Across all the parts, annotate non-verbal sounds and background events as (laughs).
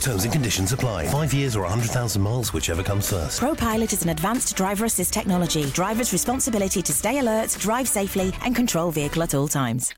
Terms and conditions apply. Five years or 100,000 miles, whichever comes first. Pro Pilot is an advanced driver assist technology. Driver's responsibility to stay alert, drive safely, and control vehicle at all times.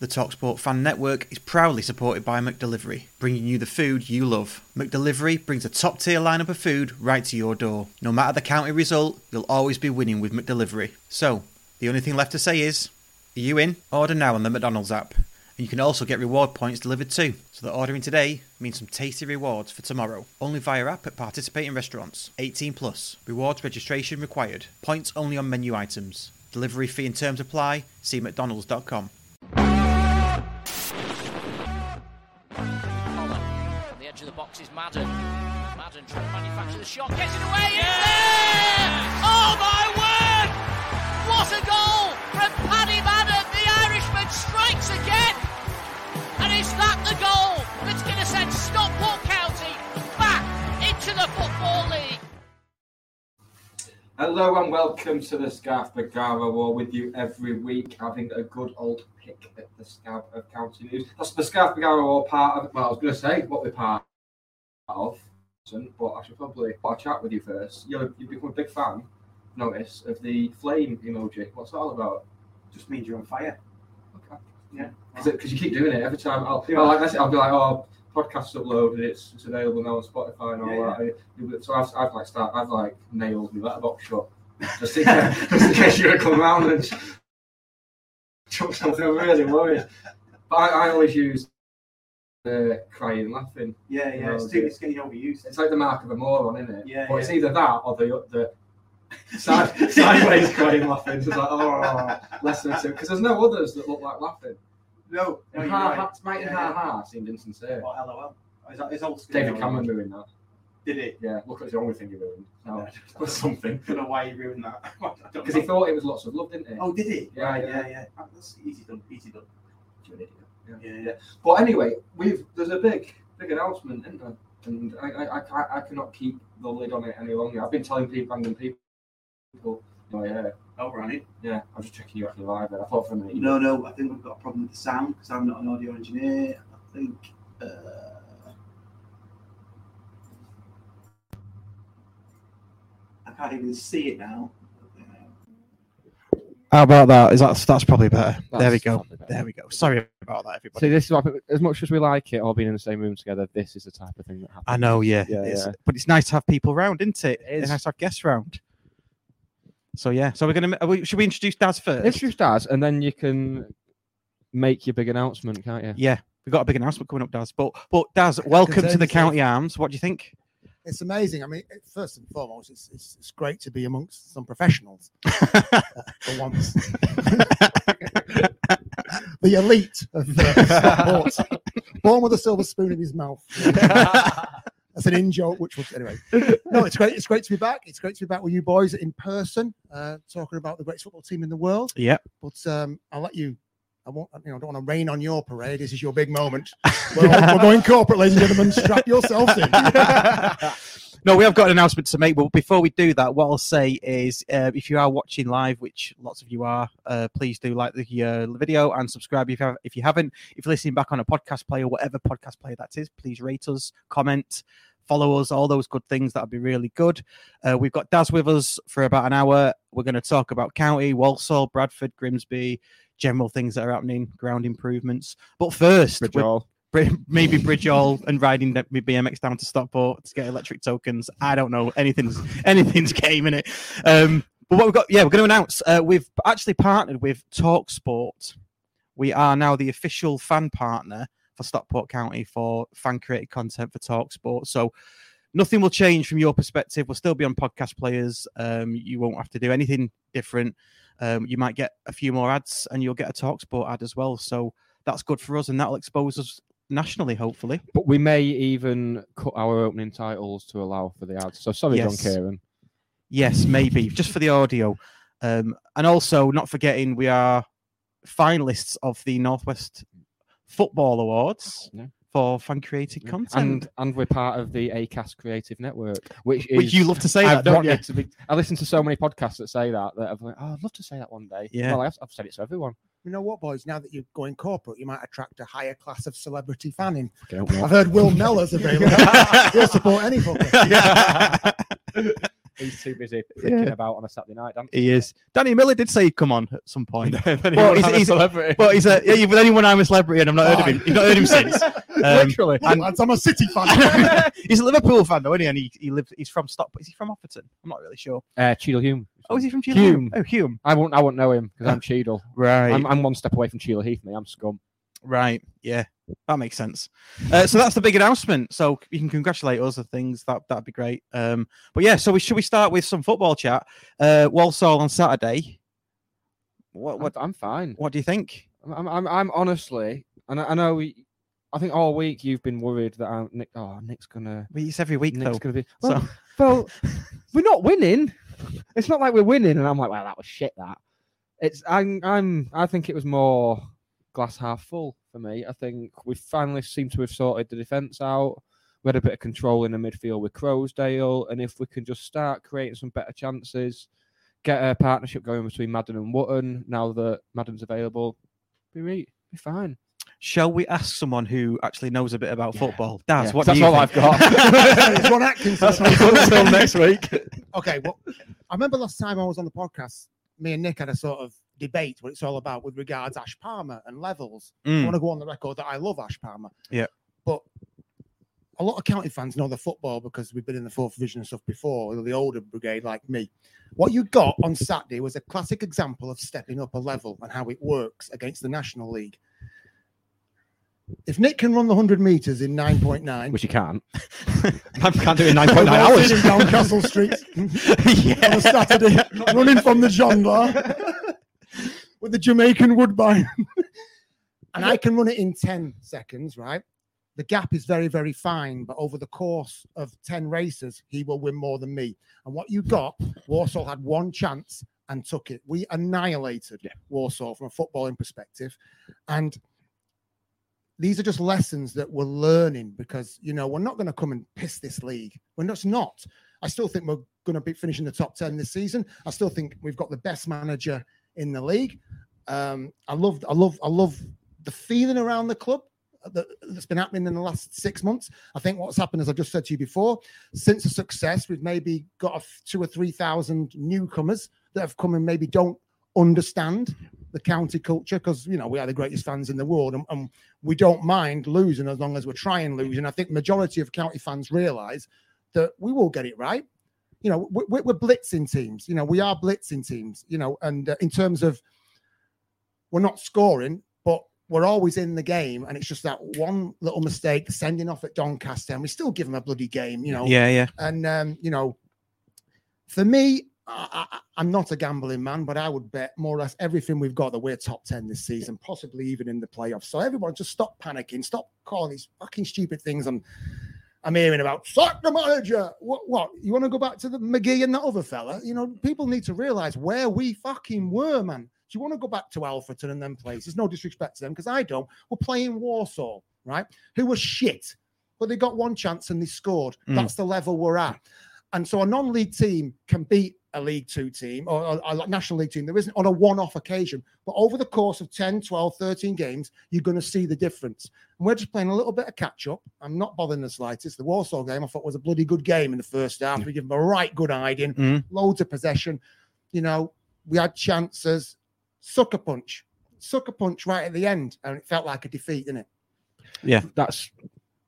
The TalkSport Fan Network is proudly supported by McDelivery, bringing you the food you love. McDelivery brings a top tier lineup of food right to your door. No matter the county result, you'll always be winning with McDelivery. So, the only thing left to say is, are you in? Order now on the McDonald's app. And you can also get reward points delivered too. So that ordering today means some tasty rewards for tomorrow. Only via app at participating restaurants. 18 plus. Rewards registration required. Points only on menu items. Delivery fee and terms apply. See mcdonalds.com. Collar. On the edge of the box is Madden. Madden trying to manufacture the shot, gets it away, it's there! Oh my word! What a goal from Paddy Madden! The Irishman strikes again! And is that the goal that's going to send Stockport County back into the Football League? Hello and welcome to the Scarf Bagara War with you every week, having a good old pick at the Scarf of County News. That's the Scarf Bagara War part of, well, I was going to say what we're part of, but I should probably put a chat with you first. You know, you've become a big fan, notice, of the flame emoji. What's that all about? just means you're on fire. Okay. Yeah. Because you keep doing it every time. I'll, I'll, like, I'll be like, oh, podcast's uploaded, it's, it's available now on Spotify and all Yeah, yeah. that. And it- So I've, I've like start, I've like nailed my letterbox shut just (laughs) in case, just in case you're gonna come round and chuck something. I'm really worried. But I, I always use the crying, laughing. Yeah, yeah. Oh, it's, too, dear. it's getting overused. It's like the mark of a moron, isn't it? Yeah, But it's yeah. either that or the the side, sideways crying, laughing. So it's like, oh, less than two. Because there's no others that look like laughing. No, no, And you're ha right. ha, Mike and Yeah, yeah. ha ha seemed insincere. Or LOL. Is that, is old school David LOL. Cameron ruined that. did it. Yeah, look, it's the only thing he ruined. (laughs) No, Yeah. or something. I don't know why he ruined that. (laughs) I don't Because he know. thought it was lots of love, didn't he? Oh, did he? Yeah, right, yeah. yeah, yeah. Ah, That's easy done. Easy done. You're an idiot. Yeah. Yeah, yeah. But anyway, we've there's a big big announcement, isn't there? And I I, I, can't- I cannot keep the lid on it any longer. I've been telling people, random people. Oh yeah, Oh, right. yeah. I'm just checking you actually live. There. I thought for a minute. you- No, no. I think we've got a problem with the sound because I'm not an audio engineer. I think. Uh, I can't even see it now. How about that? Is that that's probably better. there we That's go. probably better. There we go. Sorry about that, everybody. See, this is what, as much as we like it, all being in the same room together. This is the type of thing that happens. I know, yeah. Yeah, it's- yeah. But it's nice to have people round, isn't it? It It's is. nice to have guests round. So yeah. So we're gonna are we, should we introduce Daz first? If you start, and then you can make your big announcement, can't you? Yeah. We've got a big announcement coming up, Daz. But but Daz, welcome to the Concerns, yeah. County Arms. What do you think? it's amazing. I mean, it- first and foremost, it's, it's it's great to be amongst some professionals for once. (laughs) the elite of uh, sport, born with a silver spoon in his mouth. That's an in joke, which was anyway. No, it's great. It's great to be back. It's great to be back with you boys in person, uh, talking about the greatest football team in the world. Yep. But um, I'll let you. I won't. You know, I don't want to rain on your parade. This is your big moment. We're, all- we're going corporate, ladies and gentlemen. Strap yourselves in. no, we have got an announcement to make. But before we do that, what I'll say is uh, if you are watching live, which lots of you are, uh, please do like the uh, video and subscribe if you, have, if you haven't. If you're listening back on a podcast player, whatever podcast player that is, please rate us, comment, follow us, all those good things. That'd be really good. Uh, we've got Daz with us for about an hour. We're going to talk about County, Walsall, Bradford, Grimsby, general things that are happening, ground improvements. But first, Bridge we're- all. Bri- maybe Bridgeall and riding the my BMX down to Stockport to get electric tokens. I don't know. Anything's (laughs) anything's game in it. Um, but what we've got, yeah, we're going to announce. Uh, we've actually partnered with Talksport. We are now the official fan partner for Stockport County for fan created content for Talksport. So Nothing will change from your perspective. We'll still be on podcast players. Um, you won't have to do anything different. Um, you might get a few more ads, and you'll get a Talksport ad as well. So that's good for us, and that'll expose us nationally, hopefully. But we may even cut our opening titles to allow for the ads. So sorry, Yes. John Kieran. Yes, maybe just for the audio. Um, and also, not forgetting, we are finalists of the Northwest Football Awards Yeah. for fan created content. And (laughs) and we're part of the ACAS Creative Network, which is Which you love to say that, don't you? wanted to be- I listen to so many podcasts that say that that I've like, oh, I'd love to say that one day. Yeah. Well, I've, I've said it to everyone. You know what, boys? Now that you're going corporate, you might attract a higher class of celebrity fanning. Okay, hope not. I've heard Will Mellor's available. He'll support any fucker. He's too (laughs) busy thinking about on a Saturday night. Dan. he is. Danny Miller did say he'd come on at some (laughs) point. Well, he's- he's- celebrity. But he's a yeah, yeah, but anyone I'm a celebrity and I've not heard of him. You've not heard him (laughs) since. Um, Literally. Hey, lads, I'm a City fan. (laughs) (laughs) he's a Liverpool fan though, isn't he? And he, he lives he's from Stockport. Is he from Offerton? I'm not really sure. Uh, Cheadle Hume. Oh, is he from Chile? Hume. Oh Hume. I won't. I won't know him (laughs) because I'm Cheadle. Right. I'm, I'm one step away from Sheila Heath. Me, I'm scum. Right. Yeah. That makes sense. Uh, so that's the big announcement. So you can congratulate us on things. That that'd be great. Um, but yeah, so we should we start with some football chat? Uh, Walsall on Saturday. What What? what I'm fine. what do you think? I'm. I'm, I'm honestly, and I, I know. we- I think all week you've been worried that I'm, Nick. Oh, Nick's gonna. Well, It's every week Nick's though. gonna be. Well, (laughs) So well, we're not winning. It's not like we're winning, and I'm like, well, that was shit. That. It's. I'm. I'm. I think it was more glass half full for me. I think we finally seem to have sorted the defense out. We had a bit of control in the midfield with Crowsdale, and if we can just start creating some better chances, get a partnership going between Madden and Wotton now that Madden's available, be re- be fine. shall we ask someone who actually knows a bit about Yeah. football? Daz, Yeah, what that's do you all think? I've (laughs) got. It's Ron Atkinson. next week. (laughs) Okay, well, I remember last time I was on the podcast, me and Nick had a sort of debate what it's all about with regards Ash Palmer and levels. I Mm. want to go on the record that I love Ash Palmer. Yeah. But a lot of county fans know the football because we've been in the fourth division and stuff before, the older brigade like me. What you got on Saturday was a classic example of stepping up a level and how it works against the National League. If Nick can run the 100 metres in 9.9, Which you can't. (laughs) I can't do it in nine point we're nine all hours. sitting down Castle Street, on (laughs) yeah. a Saturday, (laughs) running from the jungler with the Jamaican woodbine. and I can run it in 10 seconds, right? The gap is very, very fine, but over the course of 10 races, he will win more than me. And what you got, Warsaw had one chance and took it. We annihilated Warsaw from a footballing perspective. And these are just lessons that we're learning because, you know, we're not going to come and piss this league. We're just not. I still think we're going to be finishing the top 10 this season. I still think we've got the best manager in the league. Um, I love, I love, I love the feeling around the club that, that's been happening in the last six months. I think what's happened, as I've just said to you before, since the success, we've maybe got a f- two or 3,000 newcomers that have come and maybe don't understand the county culture because, you know, we are the greatest fans in the world and, and we don't mind losing as long as we're trying losing. I think majority of county fans realize that we will get it right. You know, we- we- we're blitzing teams. You know, we are blitzing teams. You know, and uh, in terms of we're not scoring, but we're always in the game, and it's just that one little mistake sending off at Doncaster, and we still give them a bloody game. You know, Yeah, yeah. and um, you know, for me, I, I, I'm not a gambling man, but I would bet more or less everything we've got that we're top ten this season, possibly even in the playoffs. So everyone, just stop panicking, stop calling these fucking stupid things. I'm I'm hearing about sack the manager. What? What? You want to go back to the McGee and that other fella? You know, people need to realise where we fucking were, man. Do you want to go back to Alfreton and them places? No disrespect to them, because I don't. We're playing Warsaw, right? Who were shit, but they got one chance and they scored. Mm. That's the level we're at. And so a non-league team can beat a League Two team or a, a National League team. There isn't on a one-off occasion, but over the course of 10, 12, 13 games, you're going to see the difference. And we're just playing a little bit of catch-up. I'm not bothering the slightest. The Warsaw game I thought was a bloody good game in the first half. We give them a right good hiding, Mm. loads of possession. You know, we had chances. Sucker punch, sucker punch right at the end, and it felt like a defeat, didn't it? that's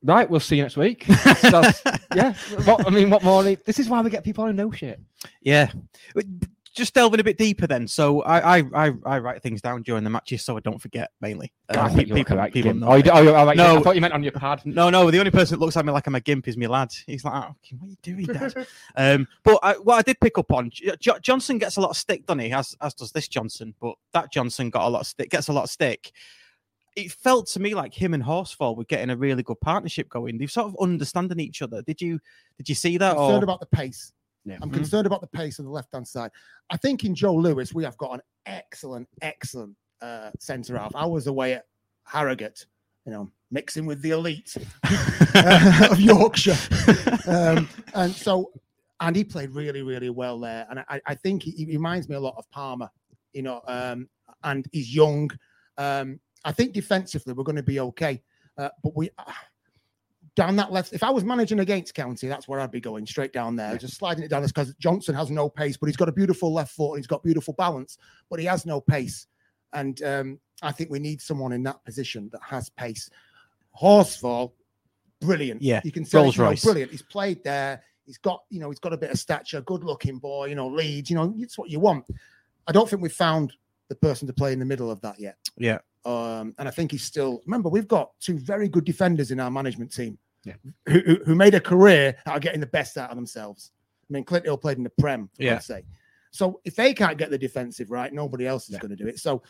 right. We'll see you next (laughs) week. That's- yeah. What, I mean, what more? need- This is why we get people who know shit. Yeah. But d- just delving a bit deeper then. So I I, I, I write things down during the matches so I don't forget mainly. Uh, I pe- think you're correct, Gimp. know. Oh, you, d- oh, you- all right, No. I thought you meant on your pad. No, no. The only person that looks at me like I'm a gimp is my (laughs) lad. He's like, oh, fucking, "What are you doing, (laughs) Dad?" um, but I, what I did pick up on, J- J- Johnson gets a lot of stick, doesn't he? As as does this Johnson, but that Johnson got a lot of stick. Gets a lot of stick. It felt to me like him and Horsefall were getting a really good partnership going. They've sort of understanding each other. Did you did you see that? concerned Or about the pace. Yeah. I'm Mhm. concerned about the pace on the left hand side. I think in Joe Lewis, we have got an excellent, excellent uh, centre half. I was away at Harrogate, you know, mixing with the elite uh, of Yorkshire. Um, and so, and he played really, really well there. And I, I think he, he reminds me a lot of Palmer, you know, um, and he's young. Um, I think defensively, we're going to be okay. Uh, but we, down that left. If I was managing against County, that's where I'd be going straight down there, just sliding it down. That's because Johnson has no pace, but he's got a beautiful left foot and he's got beautiful balance, but he has no pace. And um, I think we need someone in that position that has pace. Horsefall, brilliant. Yeah, you can say you know, Rolls-Royce. brilliant. He's played there. He's got you know he's got a bit of stature, good looking boy. You know Leeds. You know it's what you want. I don't think we've found the person to play in the middle of that yet. Yeah. Um, and I think he's still. Remember, we've got two very good defenders in our management team Yeah. who, who, who made a career out of getting the best out of themselves. I mean, Clint Hill played in the Prem, Yeah. I'd say. So if they can't get the defensive right, nobody else is Yeah. going to do it. So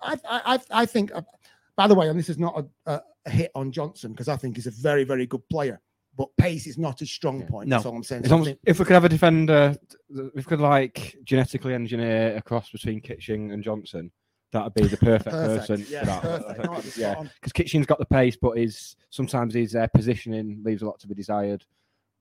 I, I, I, I think, uh, by the way, and this is not a, a, a hit on Johnson because I think he's a very, very good player, but pace is not his strong Yeah. point. No. That's all I'm saying. It's So I almost, think- if we could have a defender, th- we could like genetically engineer a cross between Kitching and Johnson. That'd be the perfect, person Yeah, for that. perfect. No, (laughs) it's yeah, spot on. because Kitchen's got the pace, but his sometimes his uh, positioning leaves a lot to be desired.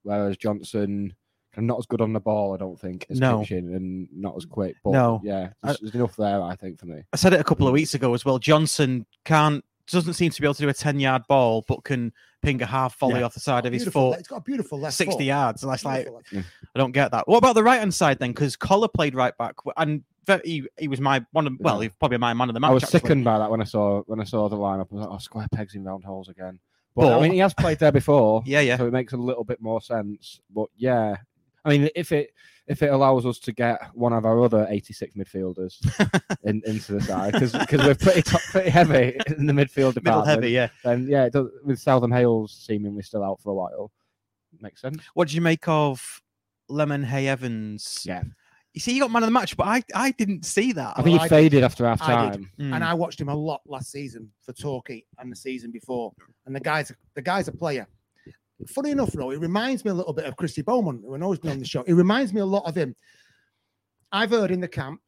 Whereas Johnson, kind of not as good on the ball, I don't think, as No. Kitchen, and not as quick. But No. yeah, I- there's, there's enough there, I think, for me. I said it a couple of weeks ago as well. Johnson can't doesn't seem to be able to do a ten yard ball, but can ping a half volley Yeah. off the side of his Beautiful foot. le- It's got a beautiful left 60 foot. yards. And that's like, Beautiful left- I don't get that. What about the right hand side then? Because Collar played right back w- and ve- he, he was my one of, well, he's probably my man of the match. I was actually. sickened by that when I saw when I saw the lineup. I was like, oh, square pegs in round holes again. But, But- I mean, he has played there before. (laughs) Yeah, yeah. so it makes a little bit more sense. But yeah, I mean, if it if it allows us to get one of our other 86 (laughs) midfielders in, into the side because we're pretty top, pretty heavy in the midfield department. Middle heavy, yeah. And yeah, it does, with Southam Hales seemingly still out for a while, makes sense. What did you make of Lemon Hay Evans? Yeah. You see, you got man of the match, but I, I didn't see that. I think he Well, I did- faded after half I did. time. Mm. and I watched him a lot last season for Torquay and the season before. And the guy's the guy's a player. Funny enough, though, it reminds me a little bit of Christy Bowman, who I know has been on the show. It reminds me a lot of him. I've heard in the camp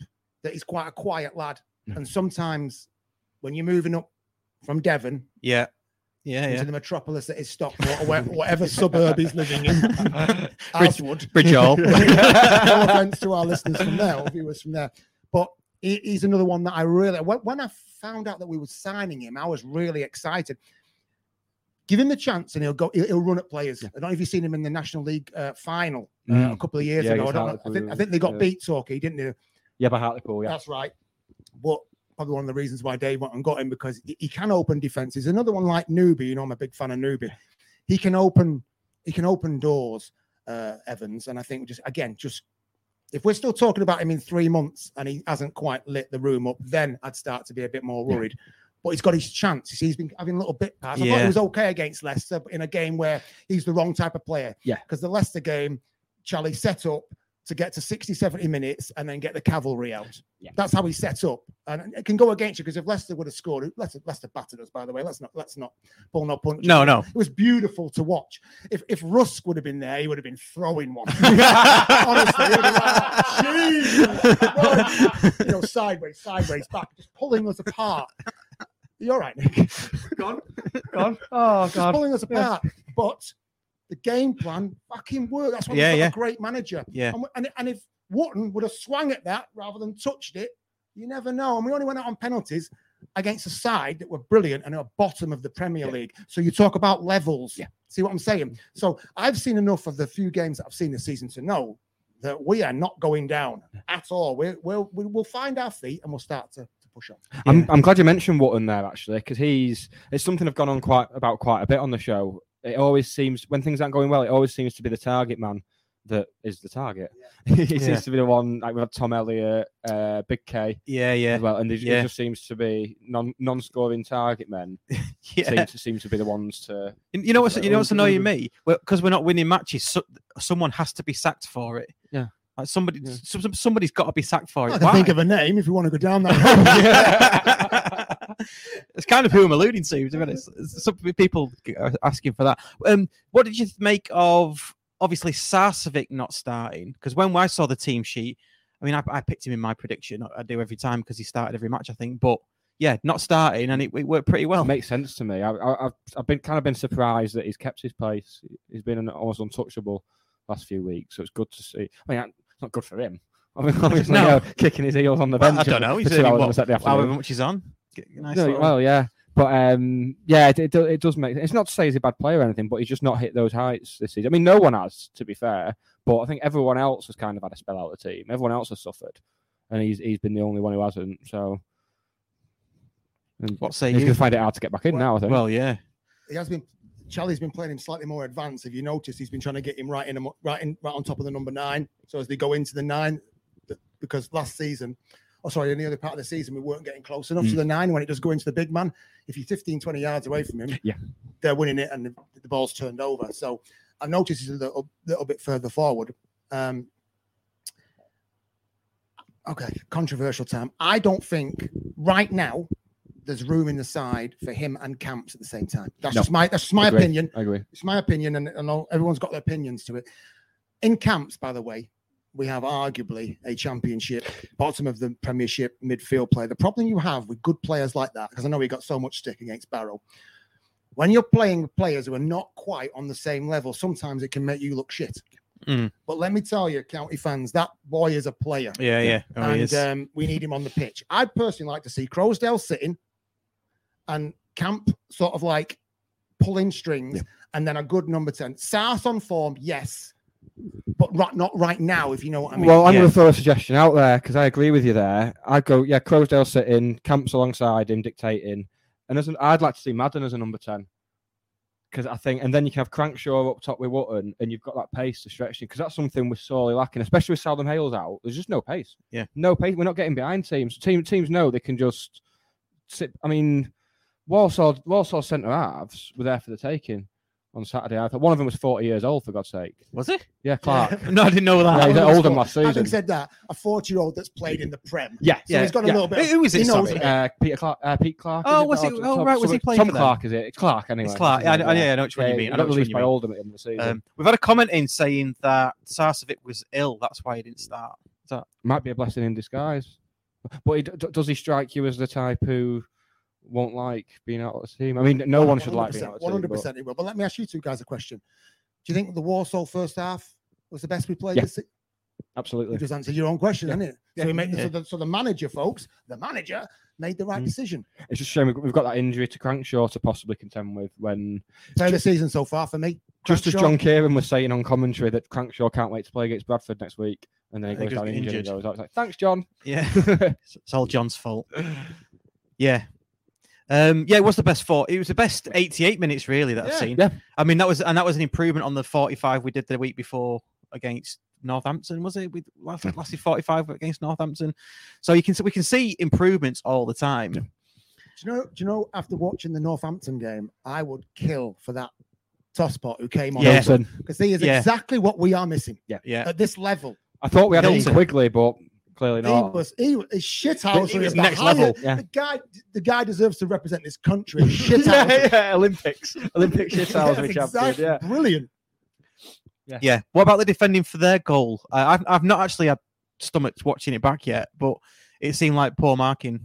that he's quite a quiet lad, Hmm. and sometimes when you're moving up from Devon yeah. Yeah, into yeah. the metropolis that is Stockport or where, whatever suburb he's living (laughs) in, Ashwood, Bridge Hall. (laughs) no offense to our listeners from there or viewers from there, but he, he's another one that I really when, when I found out that we were signing him, I was really excited. Give him the chance and he'll go. He'll, he'll run at players. I don't know if you've seen him in the National League uh, final uh, a Mm. couple of years Yeah, ago. I against don't know. I Hartlepool, think I think they got yeah. beat Torquay, didn't they? Yeah, by Hartlepool, yeah. That's right. But probably one of the reasons why Dave went and got him because he, he can open defenses. Another one like Newby, you know, I'm a big fan of Newby. He can open, he can open doors, uh, Evans. And I think just again, just if we're still talking about him in three months and he hasn't quite lit the room up, then I'd start to be a bit more Yeah. worried. But he's got his chance. You see, He's been having little bit passes. I thought Yeah. he was okay against Leicester but in a game where he's the wrong type of player. Yeah. Because the Leicester game, Charlie set up to get to 60, 70 minutes and then get the cavalry out. Yeah. That's how he's set up. And it can go against you because if Leicester would have scored, Leicester, Leicester battered us, by the way. Let's not, let's not pull no punches. No, no. It was beautiful to watch. If if Rusk would have been there, he would have been throwing one. Honestly, he would have been like, (laughs) "Jesus!" you know, sideways, sideways, back, just pulling us apart. You're right, Nick. Gone. (laughs) Oh, Just pulling us apart. But the game plan fucking worked. That's (laughs) why Yeah, (laughs) yeah, yeah. a great manager. Yeah. And, and, and if Wharton would have swung at that rather than touched it, you never know. And we only went out on penalties against a side that were brilliant and are bottom of the Premier League. So you talk about levels. Yeah. See what I'm saying? So I've seen enough of the few games that I've seen this season to know that we are not going down at all. We're, we're, we will find our feet and we'll start to, to push on. I'm, I'm glad you mentioned Wotton there actually, because he's it's something I've gone on quite about quite a bit on the show. It always seems when things aren't going well, it always seems to be the target man, that is the target. (laughs) he seems to be the one. Like we've had Tom Elliott, uh, Big K Yeah, as yeah, well, and he, Yeah. he just seems to be non non-scoring target men. (laughs) yeah. Seem to seem to be the ones to. And You know what's you know what's Well, annoying me? Because we're not winning matches, so, someone has to be sacked for it. Yeah. Like somebody, Yeah. some- some- somebody's got to be sacked for I it. can Why? think of a name if you want to go (laughs) down that. road. it's kind of who I'm alluding to. To be honest, It's- some people are asking for that. Um, what did you make of obviously Sarsavic not starting? Because when I saw the team sheet, I mean, I, I picked him in my prediction. I- I do every time because he started every match, I think. But yeah, not starting, and it, it worked pretty well. Oh. makes sense to me. I, I, I've I've been kind of been surprised that he's kept his place. He's been an, almost untouchable last few weeks, so it's good to see. I mean, it's not good for him. (laughs) I mean, obviously, No. you know, kicking his heels on the Well, bench. I don't for- know. for He's two only hours on what, a Saturday however afternoon. much he's on. Get a nice No, little- well, yeah, but um, yeah, it, it, do- it does make. It's not to say he's a bad player or anything, but he's just not hit those heights this season. I mean, no one has, to be fair, but I think everyone else has kind of had a spell out of the team. Everyone else has suffered, and he's he's been the only one who hasn't. So and What say he's going you? to find it hard to get back in Well- now. I think. Well, yeah. he has been. Charlie's been playing him slightly more advanced. If you notice, he's been trying to get him right in, amo- right in, right on top of the number nine. So as they go into the nine, th- because last season, oh sorry, in the other part of the season, we weren't getting close enough to the nine. When it does go into the big man, if you're 15, 20 yards away from him, Yeah. they're winning it and the, the ball's turned over. So I noticed he's a little, little bit further forward. Um, okay, controversial term. I don't think right now there's room in the side for him and Camps at the same time. That's No. just my that's just my Agree. opinion. I agree. It's my opinion, and, and all, everyone's got their opinions to it. In camps, by the way, we have arguably a championship, bottom of the Premiership midfield player. The problem you have with good players like that, because I know he got so much stick against Barrow, when you're playing with players who are not quite on the same level, sometimes it can make you look shit. Mm. But let me tell you, county fans, that boy is a player Yeah, yeah. Oh, he and is. um, we need him on the pitch. I'd personally like to see Crowsdale sitting and Camp sort of like pulling strings and then a good number 10. South on form, yes, but right, not right now, if you know what I mean. well, I'm yeah. going to throw a suggestion out there because I agree with you there. I go, yeah, Crowsdale sitting, camps alongside him, dictating, and as an, I'd like to see Madden as a number ten because I think, and then you can have Crankshaw up top with Wotton, and you've got that pace to stretch you because that's something we're sorely lacking, especially with Southern Hales out. There's just no pace. Yeah. no pace. We're not getting behind teams. Team, teams know they can just sit. I mean, Warsaw, Warsaw centre halves were there for the taking. On Saturday, I thought one of them was 40 years old, for God's sake. was it? Yeah, (laughs) Clark. (laughs) No, I didn't know Yeah, that. (laughs) he's Having older scored- than last Having season. said that, a 40 year old that's played in the Prem. Yeah, So he's got a yeah. little bit. of- Who is it? He knows Sorry. a bit. Uh, Peter Clark. Uh, Pete Clark. Oh, is it? was he- Tom- oh, Tom- right, was he somebody- playing Tom for them? Clark? Is it? It's Clark anyway. It's Clark. Yeah, I, I, yeah, I know which one you Yeah, mean. I he know got which one released you by mean. Oldham at the end of the season. Um, we've had a comment in saying that Sarsavic was ill. That's why he didn't start. Might be a blessing in disguise. But he, d- d- does he strike you as the type who won't like being out of the team? I mean, no one should like being out of the team. 100%, but- 100% it will. But let me ask you two guys a question. Do you think the Warsaw first half was the best we played Yeah. this se- You Absolutely. just answered your own question, didn't it? So, we make, Yeah. so, the, so the manager, folks, the manager made the right Mm. decision. It's just a shame we've got- we've got that injury to Crankshaw to possibly contend with when, Play of the season so far for me. just as Crankshaw. John Kieran was saying on commentary, that Crankshaw can't wait to play against Bradford next week. And then he And he goes just down got injured. and injured. goes out, it's like, Thanks, John. Yeah, (laughs) it's it's all John's fault. Yeah. Um, yeah, it was the best four. It was the best 88 minutes really that I've seen. yeah. I mean, that was and that was an improvement on the 45 we did the week before against Northampton. Was it? We last- lasted 45 against Northampton. So you can see we can see improvements all the time. Do you know? Do you know? After watching the Northampton game, I would kill for that tosspot who came on Yeah. Wilson. because he is Yeah. exactly what we are missing Yeah. at this level. I thought we had Ian Hilton. Quigley, but clearly He not. was he was his shit house. He was next level, (laughs) yeah. The guy, the guy deserves to represent (laughs) this country. Shit yeah, house. yeah, Olympics, Olympic shit hours we exactly. champion. Brilliant. Yeah. What about the defending for their goal? Uh, I've I've not actually had stomachs watching it back yet, but it seemed like poor marking.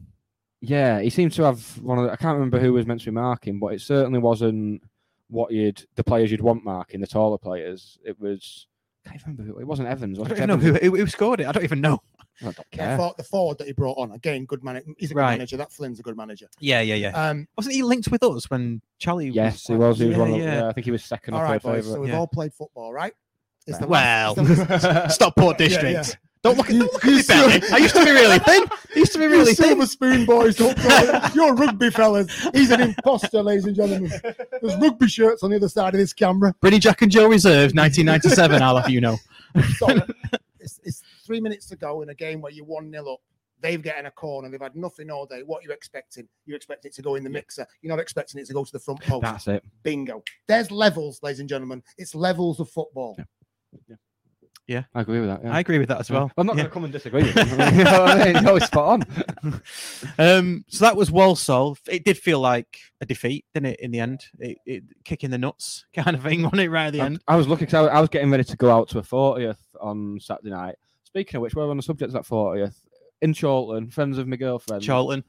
Yeah, yeah, he seemed to have one of. The, I can't remember who was meant to be marking, but it certainly wasn't what you'd the players you'd want marking the taller players. It was. I can't remember who it wasn't Evans. I Was don't it even know Evans? who, who, who scored it. I don't even know. I don't Yeah. care. for- The forward that he brought on again, good manager. He's a good Right. manager. That Flynn's a good manager. Yeah, yeah, yeah. Um, Wasn't he linked with us when Charlie? Yes, he was. He was Yeah, one of. yeah. Yeah, I think he was second All or right, third boys. So favourite. we've Yeah. all played football, right? It's the Well, last- it's (laughs) the- Stockport Yeah, district. yeah. Don't look at You- don't look you at me, silver- I used to be really thin. I used to be you really thin. silver spoon boys, don't play. You're rugby fellas. He's an imposter, ladies and gentlemen. There's rugby shirts on the other side of this camera. Brady Jack and Joe Reserves, 1997. I'll have you know. Sorry. it's, it's three minutes to go in a game where you're 1 0 up. They've getting a corner. They've had nothing all day. What are you expecting? You expect it to go in the mixer. You're not expecting it to go to the front post. That's it. Bingo. There's levels, ladies and gentlemen. It's levels of football. I agree with that. Yeah. I agree with that as well. I'm not Yeah. going to come and disagree with you. (laughs) you know what I mean? You're spot on. Um, so that was Walsall. It did feel like a defeat, didn't it? In the end, it, it kicking the nuts (laughs) kind of thing, wasn't it? Right at the I- end. I, was lucky because I, wa- I was getting ready to go out to a 40th on Saturday night. Speaking of which, we're on the subject of that 40th. In Chalton, friends of my girlfriend. Charlton,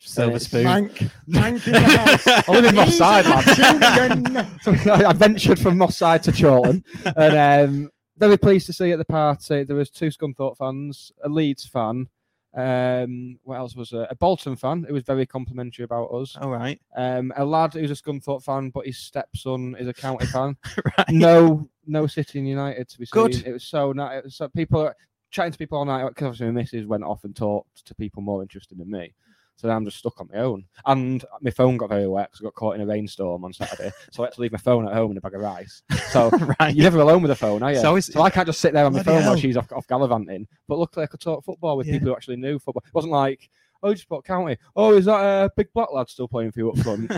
silver it's spoon. Mank. Mank in (laughs) the house. Oh, I live in Moss He's Oh, Side, an man. Algerian. (laughs) So I ventured from Moss Side (laughs) to Chorlton, and um, very pleased to see at the party there was two Scunthorpe fans, a Leeds fan, um, what else was there? a Bolton fan who was very complimentary about us, All right, um, a lad who's a Scunthorpe fan but his stepson is (laughs) a County fan. right. No, no City and United to be seen. Good. It was so nice. So people chatting to people all night because obviously my missus went off and talked to people more interested than me. So now I'm just stuck on my own. And my phone got very wet because I got caught in a rainstorm (laughs) on Saturday. so I had to leave my phone at home in a bag of rice. So right. you're never alone with a phone, are you? So So, is- I can't just sit there on my Bloody phone while hell. she's off, off gallivanting. But luckily, I could talk football with Yeah. people who actually knew football. It wasn't like, oh, you just bought county. Oh, is that a big black lad still playing for you up front?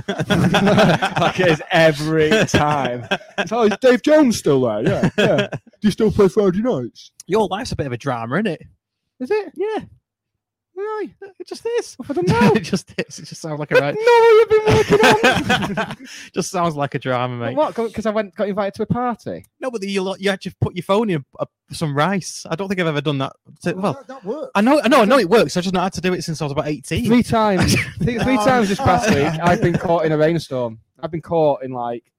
like it is every time. It's always Dave Jones still there. Yeah, yeah. Do you still play Friday nights? Your life's a bit of a drama, isn't it? Is it? Yeah, Right. it just is. I don't know. (laughs) it just is. It just sounds like a (laughs) right. no, you've been (laughs) working on. just sounds like a drama, mate. What? Because I went got invited to a party. No, but you lot, you had to put your phone in a, some rice. I don't think I've ever done that. So- well, that, that worked. I know, I know, I know it works. I've just not had to do it since I was about eighteen. Three times. I (laughs) think three Oh, times this past no. week, I've been caught in a rainstorm. I've been caught in like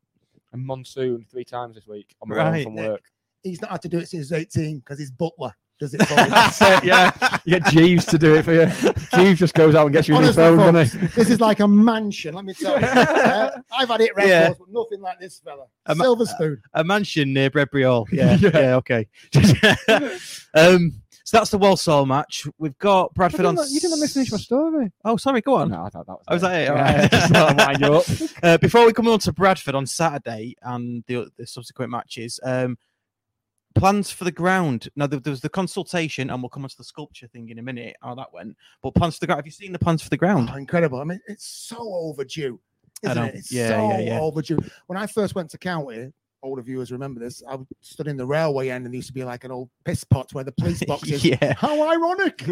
a monsoon three times this week on my way Right, from Nick. work. He's not had to do it since he's 18 because his butler does it (laughs) for him. That's it, yeah. You get Jeeves to do it for you. Jeeves just goes out and gets you on his Honestly, phone, folks, doesn't he? this is like a mansion, let me tell you. Uh, I've had it records, Yeah. but nothing like this fella. A ma- Uh, Silver spoon. a mansion near Bredbury (laughs) Hall. Yeah, yeah, okay. (laughs) um, so that's the Walsall match. We've got I Bradford didn't on. know- You didn't let me finish my story. Oh, sorry. Go on. No, I thought that was. Oh, was that it? Yeah, Alright. (laughs) I (laughs) just thought I'd wind you up. Uh, before we come on to Bradford on Saturday and the, the subsequent matches, um, plans for the ground. Now there, there was the consultation, and we'll come on to the sculpture thing in a minute. How that went. But plans for the ground. Have you seen the plans for the ground? Oh, incredible. I mean, it's so overdue, I isn't know. it? It's Yeah, so yeah, yeah. overdue. When I first went to county, older viewers remember this, I stood in the railway end and there used to be like an old piss pot where (laughs) the police box is. yeah. How (laughs) ironic.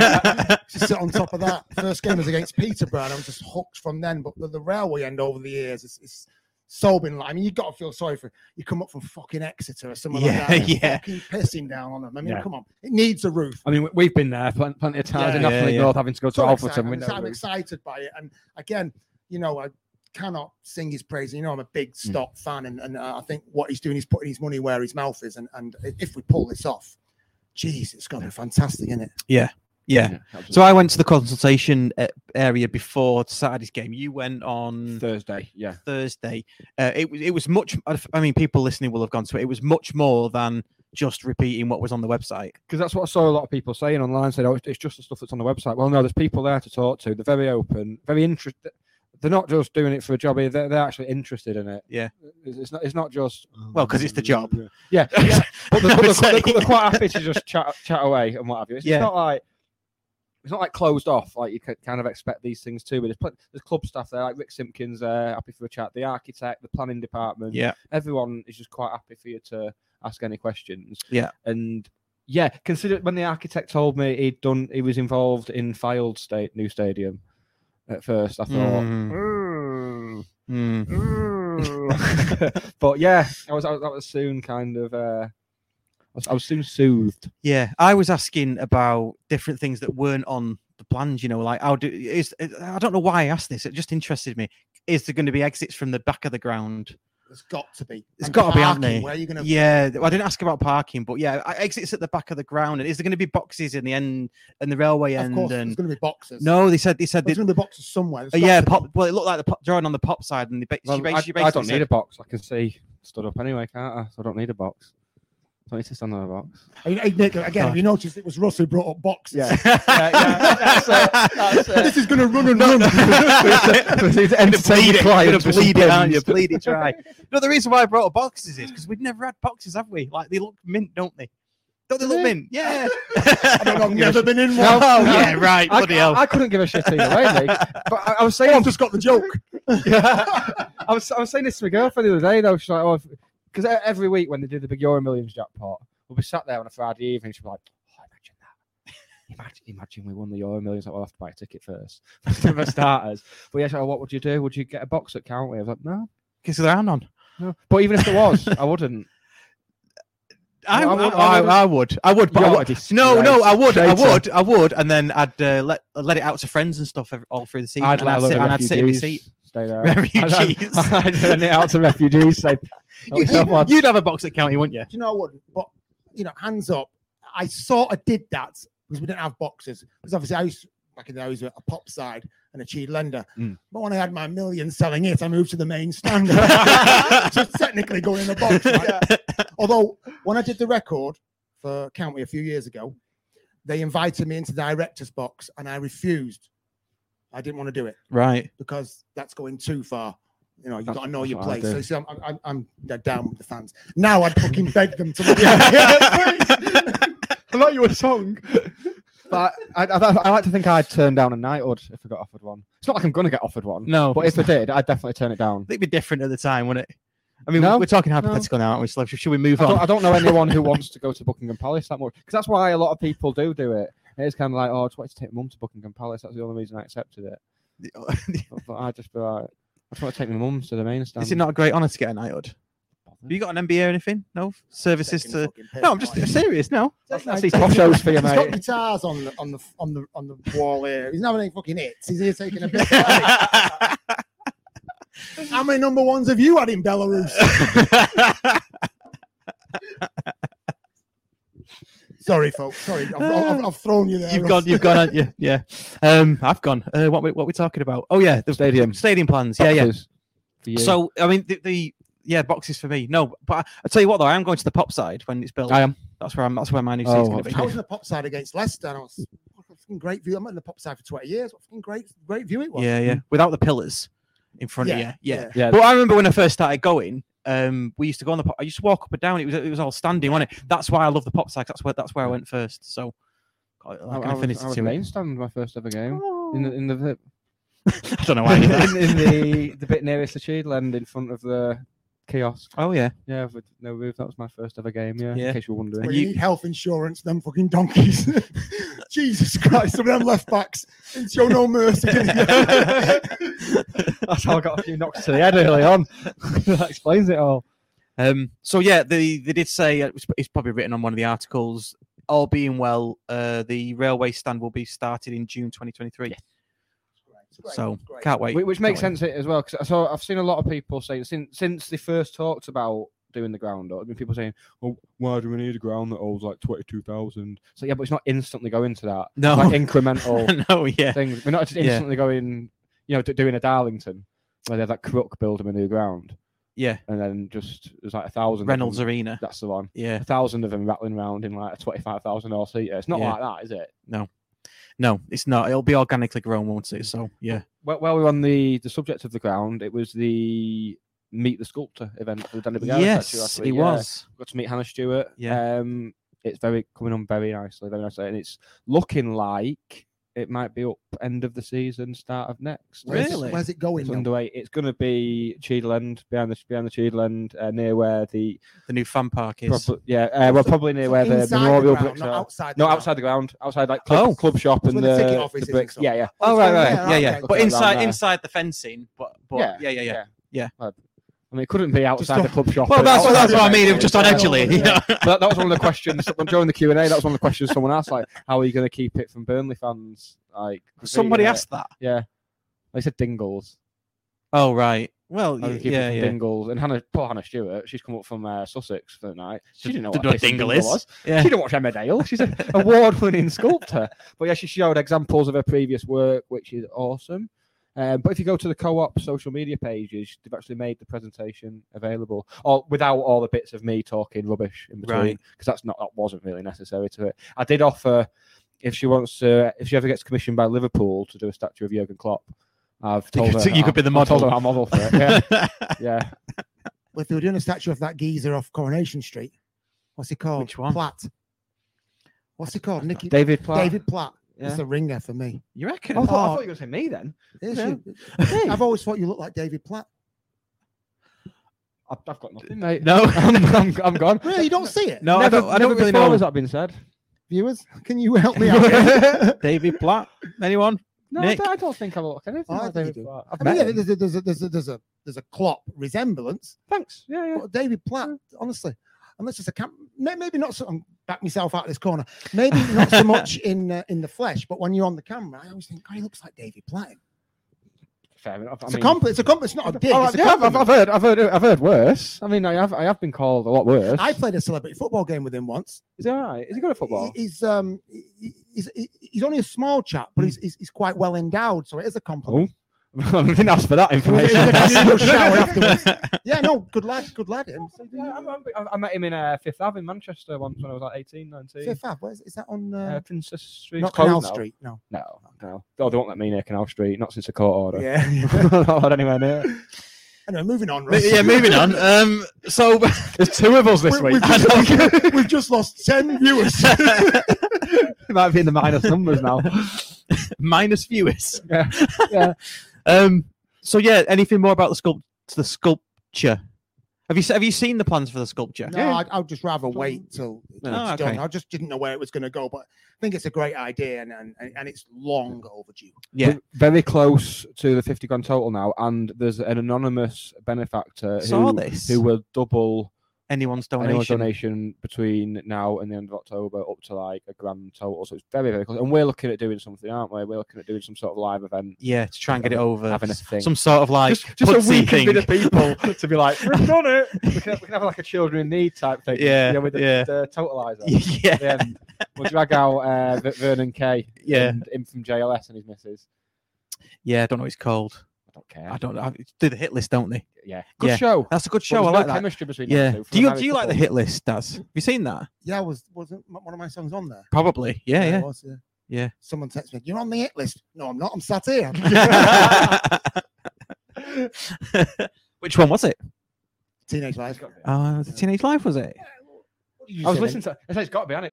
to sit on top of that. First game was against Peterborough. and I was just hooked from then. But the, the railway end over the years, it's, it's so been like, I mean, you've got to feel sorry for You come up from fucking Exeter or somewhere Yeah, like that. and yeah. Fucking pissing down on them. I mean, Yeah. come on. It needs a roof. I mean, we- we've been there pl- plenty of times Yeah, in National yeah, League yeah. North having to go to So Alfreton. excited. with I'm, no exci- I'm roof. excited by it. And again, you know, I cannot sing his praise. You know, I'm a big Stock fan, and, and uh, I think what he's doing is putting his money where his mouth is. And, and i- if we pull this off, geez, it's going to be fantastic, isn't it? Yeah. So I went to the consultation uh, area before Saturday's game. You went Mm. on Thursday, yeah. Thursday. Uh, it was it was much. I mean, people listening will have gone to it. It was much more than just repeating what was on the website. because that's what I saw a lot of people saying online. Said, "Oh, it's- it's just the stuff that's on the website." Well, no, there's people there to talk to. They're very open, very interested. They're not just doing it for a job. here, They're, they're actually interested in it. Yeah. it's it's not. It's not just Well, Oh, 'cause it's the job. Mm. (laughs) Yeah, yeah. but they're, but they're- Sorry. they're- they're quite happy to just chat, chat away and what have you. It's, it's Yeah. not like it's not like closed off like you could kind of expect these things to. But there's, pl- there's club staff there, like Rick Simpkins, there, happy for a chat. The architect, the planning department, Yeah. everyone is just quite happy for you to ask any questions. Yeah. And yeah, consider when the architect told me he'd done, he was involved in Fylde State new stadium. At first, I thought, Hmm. "Mm, Mm. mm." but yeah, I was, I was, I was soon kind of, uh, I was, I was soon soothed. Yeah, I was asking about different things that weren't on the plans. You know, like how do is I don't know why I asked this. It just interested me. Is there going to be exits from the back of the ground? It's got to be. It's And got to be, haven't parking, they? Where are you going to Yeah, th- I didn't ask about parking, but yeah, I- exits at the back of the ground. And is there going to be boxes in the end and the railway Of end? course, And there's going to be boxes. no, they said they said they, there's going to be boxes somewhere. There's Uh, got yeah, to be. pop. Well, it looked like the pop, drawing on the pop side, and the ba- she Well, bas- I, she I basically don't said- need a box. I can see stood up anyway, can't I? So I don't need a box. Don't need to stand on a box. Hey, hey, Nick, again, have you noticed it was Russ who brought up boxes? (laughs) Yeah. yeah, yeah, that's it, that's it. this is going to run and (laughs) run. entertain your clients with some bleed it, aren't you? pins. Bleed it dry. no, the reason why I brought up boxes is because we've never had boxes, have we? Like they look mint, don't they? Don't they look mint? Yeah. I don't know, I've never been in one. No, oh no. yeah, right. I, bloody hell. I, I couldn't give a shit either way, mate. But I, I was saying, I've just got the joke. I was, I was saying this to my girlfriend the other day, though. She's like, oh, because every week when they do the big Euro Millions jackpot, we'll be sat there on a Friday evening. She'll be like, oh, imagine that. Imagine, imagine we won the Euro Millions. Like, well, I'll have to buy a ticket first for starters. But yeah, she's like, oh, what would you do? Would you get a box at Can't we? I was like, no, Because there are none. no. But even if there was, I wouldn't. I, No, I I, would- I, I I would. I would. But I You're would. a No, no, I would. I disgrace. would. I would. And then I'd uh, let let it out to friends and stuff ev- all through the season. I'd and let I'd other sit, and I'd sit in my refugees seat. Stay there. Refugees. I'd, I'd, I'd hand it out to refugees. Say, "Help someone." You'd, you'd have a box at county, (laughs) wouldn't you? Do you know I wouldn't? But you know, hands up. I sort of did that because we didn't have boxes. Because obviously I used back in the days were a pop side and a cheat lender. Mm. But when I had my million selling it, I moved to the main stand. so it's technically going in the box. right? Although when I did the record for County a few years ago, they invited me into the director's box and I refused. I didn't want to do it (laughs) Right. because that's going too far. You know, you That's- got to know that's your what I place. do. So you see, I'm, I'm- I'm, I'm dead down with the fans. Now I'd fucking beg them to. (laughs) Look I like your song. But I, I, I like to think I'd turn down a knighthood if I got offered one. It's not like I'm going to get offered one. No. But if I did, I'd definitely turn it down. It'd be different at the time, wouldn't it? I mean, No, we're talking hypothetical now, aren't we? Celeb? Should we move I don't, on? I don't know anyone who wants to go to Buckingham Palace that much. Because that's why a lot of people do do it. It's kind of like, oh, I just wanted to take my mum to Buckingham Palace. That's the only reason I accepted it. But, but I'd just be like, I just want to take my mum to the main (laughs) stand. Is it not a great honour to get a knighthood? Have you got an MBA or anything? No services to. No, I'm just serious. No, that's, that's These poshos (laughs) for you, He's got mate. guitars on the on the on the on the wall here. He's not having any fucking hits. He's here taking (laughs) a bit. How many number ones have you had in Belarus? (laughs) Sorry, folks. Sorry, I've, I've, I've thrown you there. You've Russ. gone, you've gone, haven't you? (laughs) Yeah. Um, I've gone. Uh, what we what we talking about? Oh yeah, the Stadium. stadium plans. Yeah, yeah. Boxes for you. So I mean, the, the yeah boxes for me. No, but I, I tell you what though, I am going to the pop side when it's built. I am. That's where I'm. That's where my new Oh, seat's going to okay. be. I was in the pop side against Leicester, and I was what a fucking great view. I'm in the pop side for 20 years. What a fucking great, great view it was. Yeah, yeah. Without the pillars in front of you. Yeah. Mm-hmm. Yeah. But I remember when I first started going, um, we used to go on the. pop- I used to walk up and down. It was it was all standing, wasn't it? That's why I love the pop side. 'cause That's where that's where I went first. So I, I, I, kind I, of finished was, I was to main it. stand my first ever game. Oh. In the, in the (laughs) I don't know why. I (laughs) did that. in, in the the bit nearest the shield end in front of the kiosk. oh (laughs) yeah. Yeah, with no roof. That was my first ever game. Yeah, Yeah. in case you (laughs) were wondering. Well, And you, you- need health insurance, them fucking donkeys. Jesus Christ, some of them left backs and show no mercy. do they? That's how I got a few knocks to the head early on. (laughs) that explains it all. Um, so yeah, they they did say uh, it's- it's probably written on one of the articles. All being well, uh, the railway stand will be started in June 2023. so can't wait. Whi- Which makes Can't sense it as well because so I've seen a lot of people saying since since they first talked about doing the ground up, I mean, people saying, "Oh, why do we need a ground that holds like twenty two thousand? So yeah, but it's not instantly going to that. wait. No, It's like incremental. no, (laughs) yeah, things. We're not just Yeah. instantly going, you know, d- doing a Darlington where they have that crook build them a new ground yeah. and then just there's like a thousand. Reynolds of them, Arena. that's the one. Yeah, A thousand of them rattling around in like a 25,000 horse seat. It's not Yeah. like that, is it? no, it's not. It'll be organically grown, won't it? So yeah, Well, while we were on the, the subject of the ground, it was the Meet the Sculptor event for the Danny Begala statue yes, last it week, yeah. was. Got to meet Hannah Stewart. Yeah. Um, it's very coming on very nicely, very nicely. And it's looking like it might be up end of the season, start of next. Where's, Really? Where's it going? It's though? underway. It's going to be Cheadland behind the behind the Cheadland, uh, near where the The new fan park is. prob- yeah, uh, well, probably near where the Inside memorial ground, bricks not are. outside. the no, ground. outside the ground, outside like club, Oh. club shop That's and where the ticket the, office is the and bricks. stuff. Yeah, yeah. Oh it's right, going right, there, yeah, yeah. okay. But Looking inside, around there. inside the fencing, but, but yeah, Yeah, yeah, yeah, yeah. Yeah. Well, I mean, it couldn't be outside the off- club shop. Well, but that's what, outside that's the what I mean. bricks. It was just on Yeah. Edgeley. Yeah. But that was one of the questions someone- during the Q and A. That was one of the questions someone asked, like, "How are you going to keep it from Burnley fans?" Like Somebody graffiti, asked that. Yeah, they said Dingles. Oh right. Well, How do y- you keep it yeah, from yeah. Dingles and Hannah, poor Hannah Stewart. She's come up from uh, Sussex for the night. She didn't know Didn't what, know a what pissing Dingle is. was. (laughs) Yeah. (laughs) She didn't watch Emma Dale. (laughs) She's an award-winning sculptor. But yeah, she showed examples of her previous work, which is awesome. Um, but if you go to the co-op social media pages, they've actually made the presentation available, or without all the bits of me talking rubbish in between, because Right. that's not that wasn't really necessary to it. I did offer if she wants to, if she ever gets commissioned by Liverpool to do a statue of Jurgen Klopp. I've told could- her you could be the I've told model. her I'm model for it. Yeah, (laughs) yeah. Well, if they were doing a statue of that geezer off Coronation Street, what's he called? Which one? Platt. What's he called? Nicky David Platt. David Platt. Yeah. It's a ringer for me. You reckon? Oh, I, thought, I thought Oh. you were going to say me then. Is Yeah. you- I've always thought you looked like David Platt. I've, I've got nothing, mate. No. (laughs) I'm, I'm, I'm gone. Really, you don't see it, no, I never, don't, I never don't really before know. has that been said. viewers. Can you (laughs) help me out? here? David Platt. Anyone? No, I Nick. don't, I don't think I've looked anything. Oh, I like think David you do. Platt. I mean, yeah, there's a, there's a there's a there's a there's a Klopp resemblance, Thanks. Yeah, yeah. but David Platt, honestly, unless it's a camp, may- maybe not. So, I'm back myself out of this corner. Maybe not (laughs) so much in uh, in the flesh, but when you're on the camera, I always think, God, he looks like David Platt. Fair enough. I It's mean, a compliment. It's a compliment. It's not a dig. all right, it's a yeah, I've, I've heard, compliment. I've heard, I've heard worse. I mean, I have, I have been called a lot worse. I played a celebrity football game with him once. Is he all right? Is he good at football? He- He's um he- he- he's he- he's only a small chap, but he's he's, he's quite well endowed, so it is a compliment. Hmm. Oh. (laughs) I didn't ask (laughs) for that It's information. a (laughs) communal shower afterwards. yeah, no, good lad, good lad. Him. Yeah, I'm- I'm- I, I met him in uh, Fifth Ave in Manchester once when I was like 18, 19. Fifth Ave, where's- is that on Uh, uh, Princess Street. not Canal Street? No. No, no. Oh, they won't let me near Canal Street. Not since the court order. Yeah. (laughs) not allowed anywhere near. anyway, moving on. Russ. (laughs) yeah, moving on. Um, so (laughs) There's two of us this We- week. We've just, we've- we've just (laughs) lost ten viewers. It might be in the minus numbers (laughs) now. minus viewers. (laughs) Yeah, yeah. Um. So yeah, anything more about the sculpt? The sculpture. Have you se- have you seen the plans for the sculpture? (laughs) no, I'd, I'd just rather wait till it's Oh, done. okay. I just didn't know where it was going to go, but I think it's a great idea, and and, and it's long overdue. Yeah. We're Very close to the 50 grand total now, and there's an anonymous benefactor Saw who, this. who will double Anyone's donation. anyone's donation between now and the end of October up to like a grand total. So it's very, very close. And we're looking at doing something, aren't we? We're looking at doing some sort of live event. Yeah, to try and get it over. Having a S- thing. Some sort of like just just a putsy thing. weekend bit of (laughs) (laughs) people to be like, we've done it. (laughs) We can, we can have like a children in need type thing. Yeah, with the, yeah. the totalizer. (laughs) yeah, yeah. Then we'll drag out uh, Ver- Vernon Kay and him from JLS and his missus. Yeah, I don't know what it's called. I don't care. I don't know. I- Do the hit list, don't they? yeah. Good Yeah. show. That's a good But show. there's I no like that. chemistry between them Yeah. two for Do a you married do you like the couple. hit list, Daz? Have you seen that? Yeah, was wasn't m- one of my songs on there? Probably. Yeah, it yeah. was, yeah. Yeah. Someone texted me, "You're on the hit list." No, I'm not. I'm (laughs) sat here. (laughs) Which one was it? Teenage Life. Uh, was it Teenage Life was it? I was listening to. I said it's got to be on it.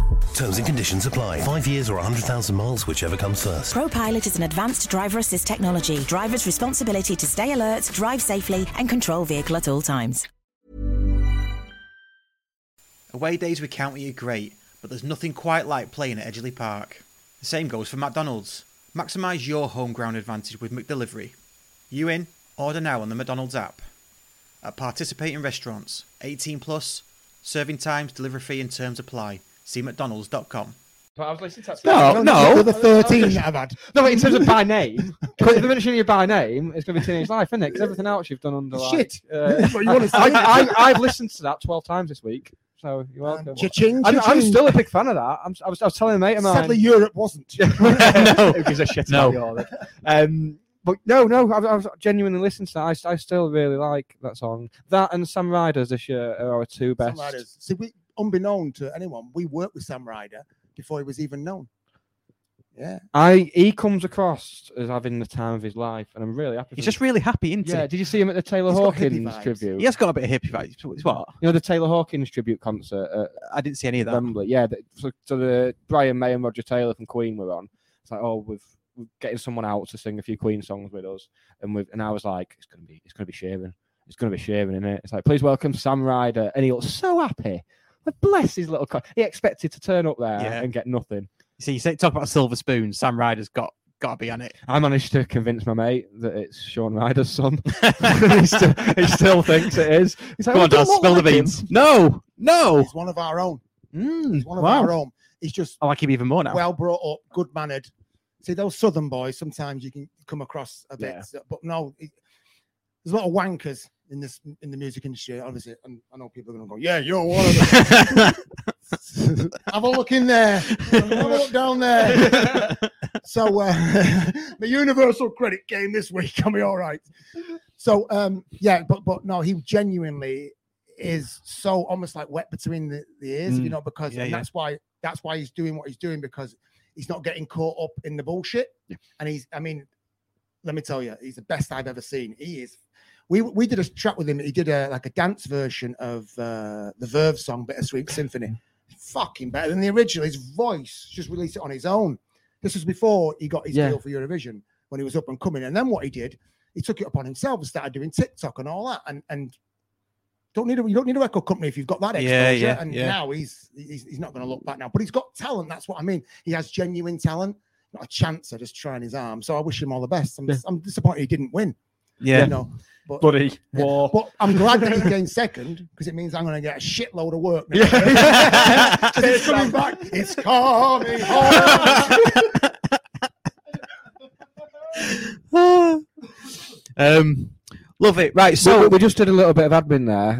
Terms and conditions apply. Five years or 100,000 miles, whichever comes first. ProPilot is an advanced driver assist technology. Driver's responsibility to stay alert, drive safely, and control vehicle at all times. Away days with County are great, but there's nothing quite like playing at Edgeley Park. The same goes for McDonald's. Maximise your home ground advantage with McDelivery. You in? Order now on the McDonald's app. At participating restaurants, 18 plus, serving times, delivery fee and terms apply. See mcdonalds.com. But I was listening to. No, The no. other thirteen that I've had. No, but in terms of by name, (laughs) because if you mention you by name, it's going to be Teenage Life, isn't it? Because everything else you've done under like, Shit. Uh, (laughs) What you wanna say? I, I, I've listened to that twelve times this week, so you're welcome. Um, cha-ching, I'm, I'm cha-ching. still a big fan of that. I'm, I, was, I was telling a mate of mine. Sadly, (laughs) Europe wasn't. Oh, No. Who gives a shit No. about the order? Um, but no, no, I've, I've genuinely listened to that. I, s- I still really like that song. That and Sam Riders this year are our two Sam best. Riders. See, we, unbeknown to anyone, we worked with Sam Ryder before he was even known. Yeah. I he comes across as having the time of his life, and I'm really happy. for He's him. just really happy, isn't yeah. Did you see him at the Taylor He's got hippie Hawkins vibes. tribute? he? He has got a bit of hippie vibes. It's what? You know the Taylor Hawkins tribute concert at I didn't see any of that. Wembley. Yeah, that, so, so the Brian May and Roger Taylor from Queen were on. It's like, oh, we've we're getting someone out to sing a few Queen songs with us, and we and I was like, it's gonna be it's gonna be Sheeran, it's gonna be Sheeran in it. It's like, please welcome Sam Ryder, and he looked so happy. Like, bless his little. Co- he expected to turn up there Yeah. and get nothing. See, you say, talk about Silver Spoon. Sam Ryder's got Gotta be on it. (laughs) I managed to convince my mate that it's Sean (laughs) Ryder's son. (laughs) (laughs) he, still, he still thinks it is. He's Come like, "Well, on, don't Daz, look spill the like him." beans. No, no. He's one of our own. Mm, He's one of wow. our own. He's just I like him even more now. well brought up, good mannered. See, those southern boys sometimes you can come across a bit, but no, it- there's a lot of wankers in this in the music industry. Obviously, and I know people are going to go, "Yeah, you're one of them." (laughs) Have a look in there. Have a look down there. so uh, (laughs) the universal credit game this week can be all right. So um, yeah, but but no, he genuinely is so almost like wet between the, the ears, you Mm. know, because Yeah, and yeah. that's why that's why he's doing what he's doing because he's not getting caught up in the bullshit. And he's, I mean, let me tell you, he's the best I've ever seen. He is. We we did a track with him. He did a like a dance version of uh, the Verve song "Bittersweet Symphony." Fucking better than the original. His voice just released it on his own. This was before he got his Yeah. deal for Eurovision when he was up and coming. And then what he did, he took it upon himself and started doing TikTok and all that. And and don't need a you don't need a record company if you've got that exposure. Yeah, yeah, and yeah. now he's he's, he's not going to look back now. But he's got talent. That's what I mean. He has genuine talent, not a chance of just trying his arm. So I wish him all the best. I'm, Yeah. I'm disappointed he didn't win. yeah. You know, but (laughs) Bloody war. but I'm glad that (laughs) he came second because it means I'm going to get a shitload of work. Now. Yeah. 'Cause it's (laughs) coming back. It's coming home. (laughs) um, love it. Right, So we, so we just did a little bit of admin there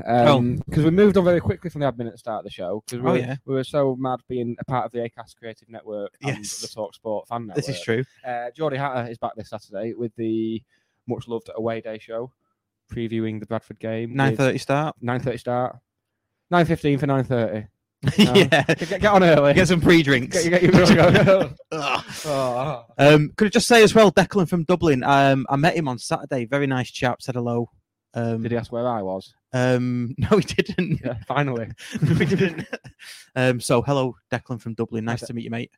because we moved on very quickly from the admin at the start of the show because we, Oh, were- yeah. we were so mad being a part of the ACAS Creative Network and Yes. the Talk Sport fan network. this is true. Uh, Geordie Hatter is back this Saturday with the much loved away day show, previewing the Bradford game. Nine thirty start. Nine thirty start. Nine fifteen for nine thirty. (laughs) (laughs) yeah, Get, get on early. (laughs) get some pre-drinks. Get- get your (laughs) go. Ugh. oh. Um, could I just say as well, Declan from Dublin. Um, I met him on Saturday. Very nice chap. Said hello. Um, Did he ask where I was? um, (laughs) no, he didn't. (laughs) Yeah, finally. we didn't. Um, so hello, Declan from Dublin. Nice Okay. to meet you, mate.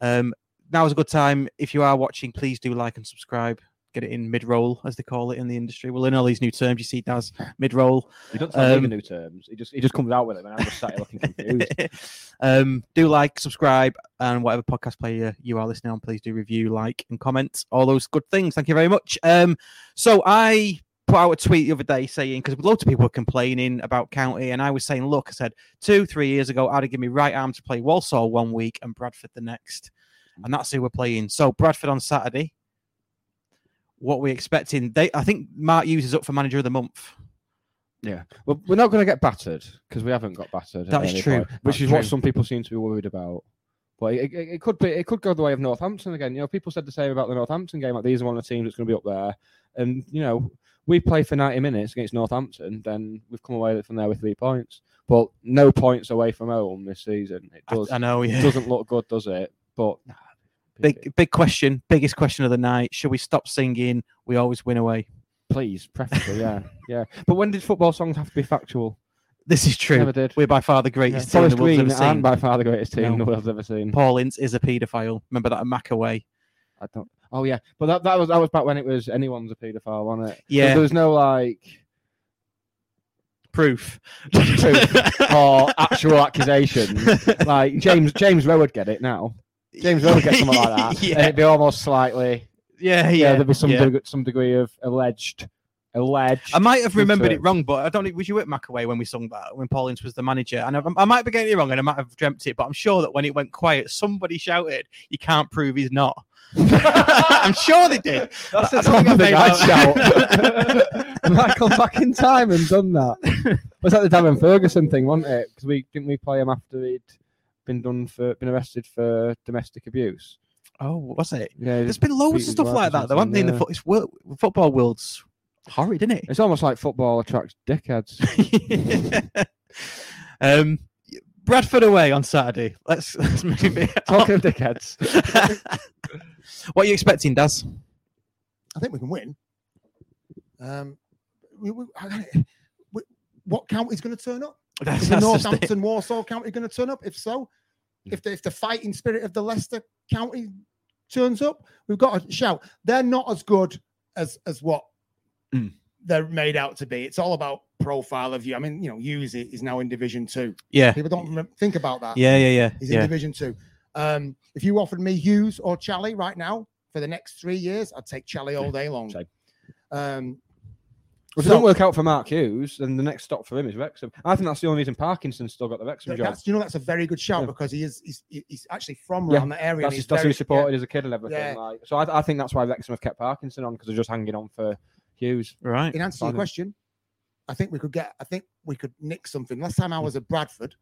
Um, now is a good time. If you are watching, please do like and subscribe. Get it in mid-roll, as they call it in the industry. We'll learn all these new terms. You see, Daz mid-roll. He doesn't tell me Um, the new terms. He just he just comes out with it, and I'm just sat (laughs) here looking confused. um, do like, subscribe, and whatever podcast player you are listening on, please do review, like, and comment. All those good things. Thank you very much. Um, so I put out a tweet the other day saying because loads of people were complaining about County, and I was saying, look, I said two, three years ago, I'd have given me right arm to play Walsall one week and Bradford the next, and that's who we're playing. So Bradford on Saturday. What we expecting? They, I think Mark Hughes is up for manager of the month. Yeah, well, we're not going to get battered because we haven't got battered. at That is any true. point, which That's is what true. some people seem to be worried about. But it, it, it could be, it could go the way of Northampton again. You know, people said the same about the Northampton game. Like these are one of the teams that's going to be up there, and you know, we play for ninety minutes against Northampton, then we've come away from there with three points. But no points away from home this season. It I- does. I, know, It yeah. doesn't look good, does it? But nah, Big, big question, biggest question of the night. Should we stop singing? We always win away. please, preferably, yeah, yeah. But when did football songs have to (laughs) be factual? This is true. Never did. We're by far the greatest team Forest the world's Green ever and seen. by far the greatest team No. the world's ever seen. Paul Ince is a paedophile. Remember that at Mackaway? I don't. Oh yeah, but that, that was that was back when it was anyone's a paedophile, wasn't it? Yeah. there was no like Proof. (laughs) or actual accusations. Like James James Rowe would get it now. James Rowe would get something like (laughs) that, yeah. and it'd be almost slightly. yeah, yeah, Yeah, there'd be some yeah. deg- some degree of alleged alleged. I (laughs) (laughs) might have remembered it Research. wrong, but I don't. think- Was you at Mackaway when we sung that? When Paul Ince was the manager, and I, I might be getting it wrong, and I might have dreamt it, but I'm sure that when it went quiet, somebody shouted, "You can't prove he's not." (laughs) I'm sure they did. That's I the don't type of think thing I'd (laughs) I've shout. Might come back in time and done that. Was that the Darren Ferguson thing, wasn't it? Because we didn't we play him after he'd been done for been arrested for domestic abuse. Oh, was it? Yeah, There's been loads beat of his stuff wife like or that, though, haven't they? In the something, fo- it's wor- football world's horrid, isn't it? It's almost like football attracts dickheads. (laughs) um, Bradford away on Saturday. Let's let's move it. on. Talking of dickheads, (laughs) what are you expecting, Daz? I think we can win. Um, we, we, I, we, what county's going to (laughs) turn up? Is the just it. Northampton Warsaw County going to turn up? If so, if the, if the fighting spirit of the Leicester County turns up, we've got a shout. They're not as good as as what Mm. they're made out to be. It's all about profile of you. I mean, you know, use it is now in Division Two. Yeah, People don't remem- think about that. yeah, yeah, yeah. He's in yeah. Division Two. Um, if you offered me Hughes or Chally right now for the next three years, I'd take Charlie all day long. Same. Um, If it so- don't work out for Mark Hughes, then the next stop for him is Wrexham. I think that's the only reason Parkinson's still got the Wrexham Th- job. That's, you know, that's a very good shout Yeah. because he is he's, he- he's actually from Yeah, around that area. and That's, he's just, that's who very- he yeah, supported as a kid and everything. Yeah. Like, so I, I think that's why Wrexham have kept Parkinson on because they're just hanging on for Hughes. Right. in answer to your Pardon. question, I think we could get. I think we could nick something. Last time I was at Bradford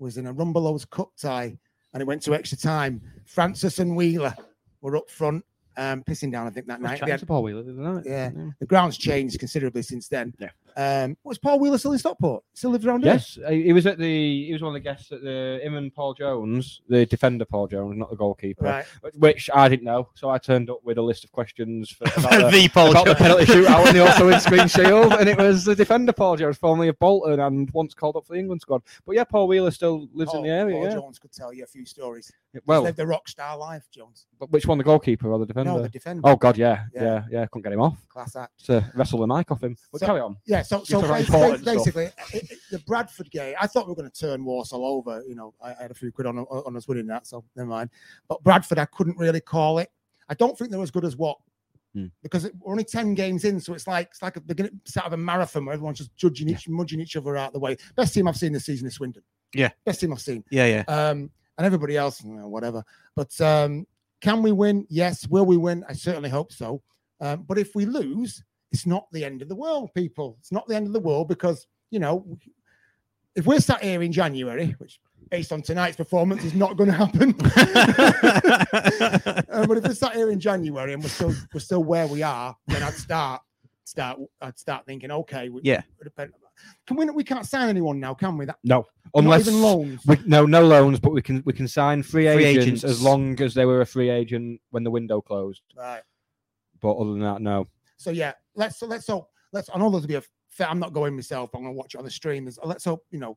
was in a Rumbelows Cup tie, and it went to extra time. Francis and Wheeler were up front, um, pissing down. I think that night. They had- Paul Wheeler, didn't I? Yeah. the ground's changed considerably since then. Yeah. Um, was Paul Wheeler still in Stockport? Still lived around here? Yes, he he was at the. He was one of the guests at the. Him and Paul Jones, the defender Paul Jones, not the goalkeeper, Right. which I didn't know. So I turned up with a list of questions for about, the, the Paul about the Jones. penalty shootout and the also in screen shield, and it was the defender Paul Jones, formerly of Bolton, and once called up for the England squad. But yeah, Paul Wheeler still lives in Paul- the area. Oh, Paul yeah. Jones could tell you a few stories. Well, Well, the rock star life, Jones. but which one, the goalkeeper or the defender? No, the defender. Oh God, yeah, Yeah. yeah, yeah, Couldn't get him off Class act. to wrestle the mic off him. But So- carry on. Yeah, so, so talking about bas- important stuff. basically, it- it- the Bradford game, I thought we were going to turn Warsaw over. You know, I, I had a few quid on, on us winning that, so never mind. But Bradford, I couldn't really call it. I don't think they're as good as what, Hmm. because it, we're only 10 games in, so it's like it's like a beginning start of a marathon where everyone's just judging each, mudging each other out the way. Best team I've seen this season is Swindon. Yeah. Best team I've seen. Yeah, (laughs) yeah. Um, and everybody else, you know, whatever. But um, can we win? Yes. Will we win? I certainly hope so. Um, but if we lose, it's not the end of the world, people. It's not the end of the world because, you know, if we're sat here in January, which based on tonight's performance is not going to happen. Uh, but if we're sat here in January and we're still we're still where we are, then I'd start start I'd start thinking, okay, we, Yeah. Can we? We can't sign anyone now, can we? That No, unless unless not even loans. we, no no loans, but we can we can sign free, Free agents, agents. as long as they were a free agent when the window closed. Right. But other than that, no. So yeah, let's so let's hope let's. I know there'll be a. Fair, I'm not going myself. but I'm gonna watch it on the stream. There's, let's hope you know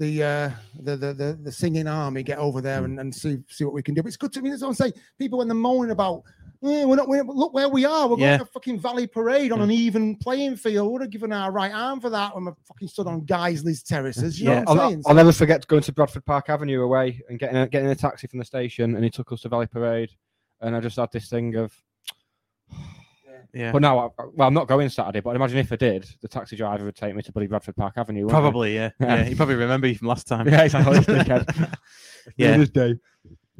the uh the the the, the singing army get over there and, and see see what we can do. But it's good to I mean. That's what I'm saying. People when they're moaning about. "Eh, we're not. We're, look where we are. We're Yeah. going to fucking Valley Parade on an even playing field. We'd have given our right arm for that when we're fucking stood on (laughs) Geisley's terraces. You know Oh, what I'll, I'm saying? I'll never forget going to Bradford Park Avenue away and getting a, getting a taxi from the station, and he took us to Valley Parade, and I just had this thing of. (sighs) Yeah. But now, I, well, I'm not going Saturday. But I'd imagine if I did, the taxi driver would take me to bloody Bradford Park Avenue. wouldn't he? Probably, yeah. Yeah. Yeah, he probably remember you from last time. (laughs) Yeah, exactly, this (laughs) dickhead. (laughs) Yeah. This day.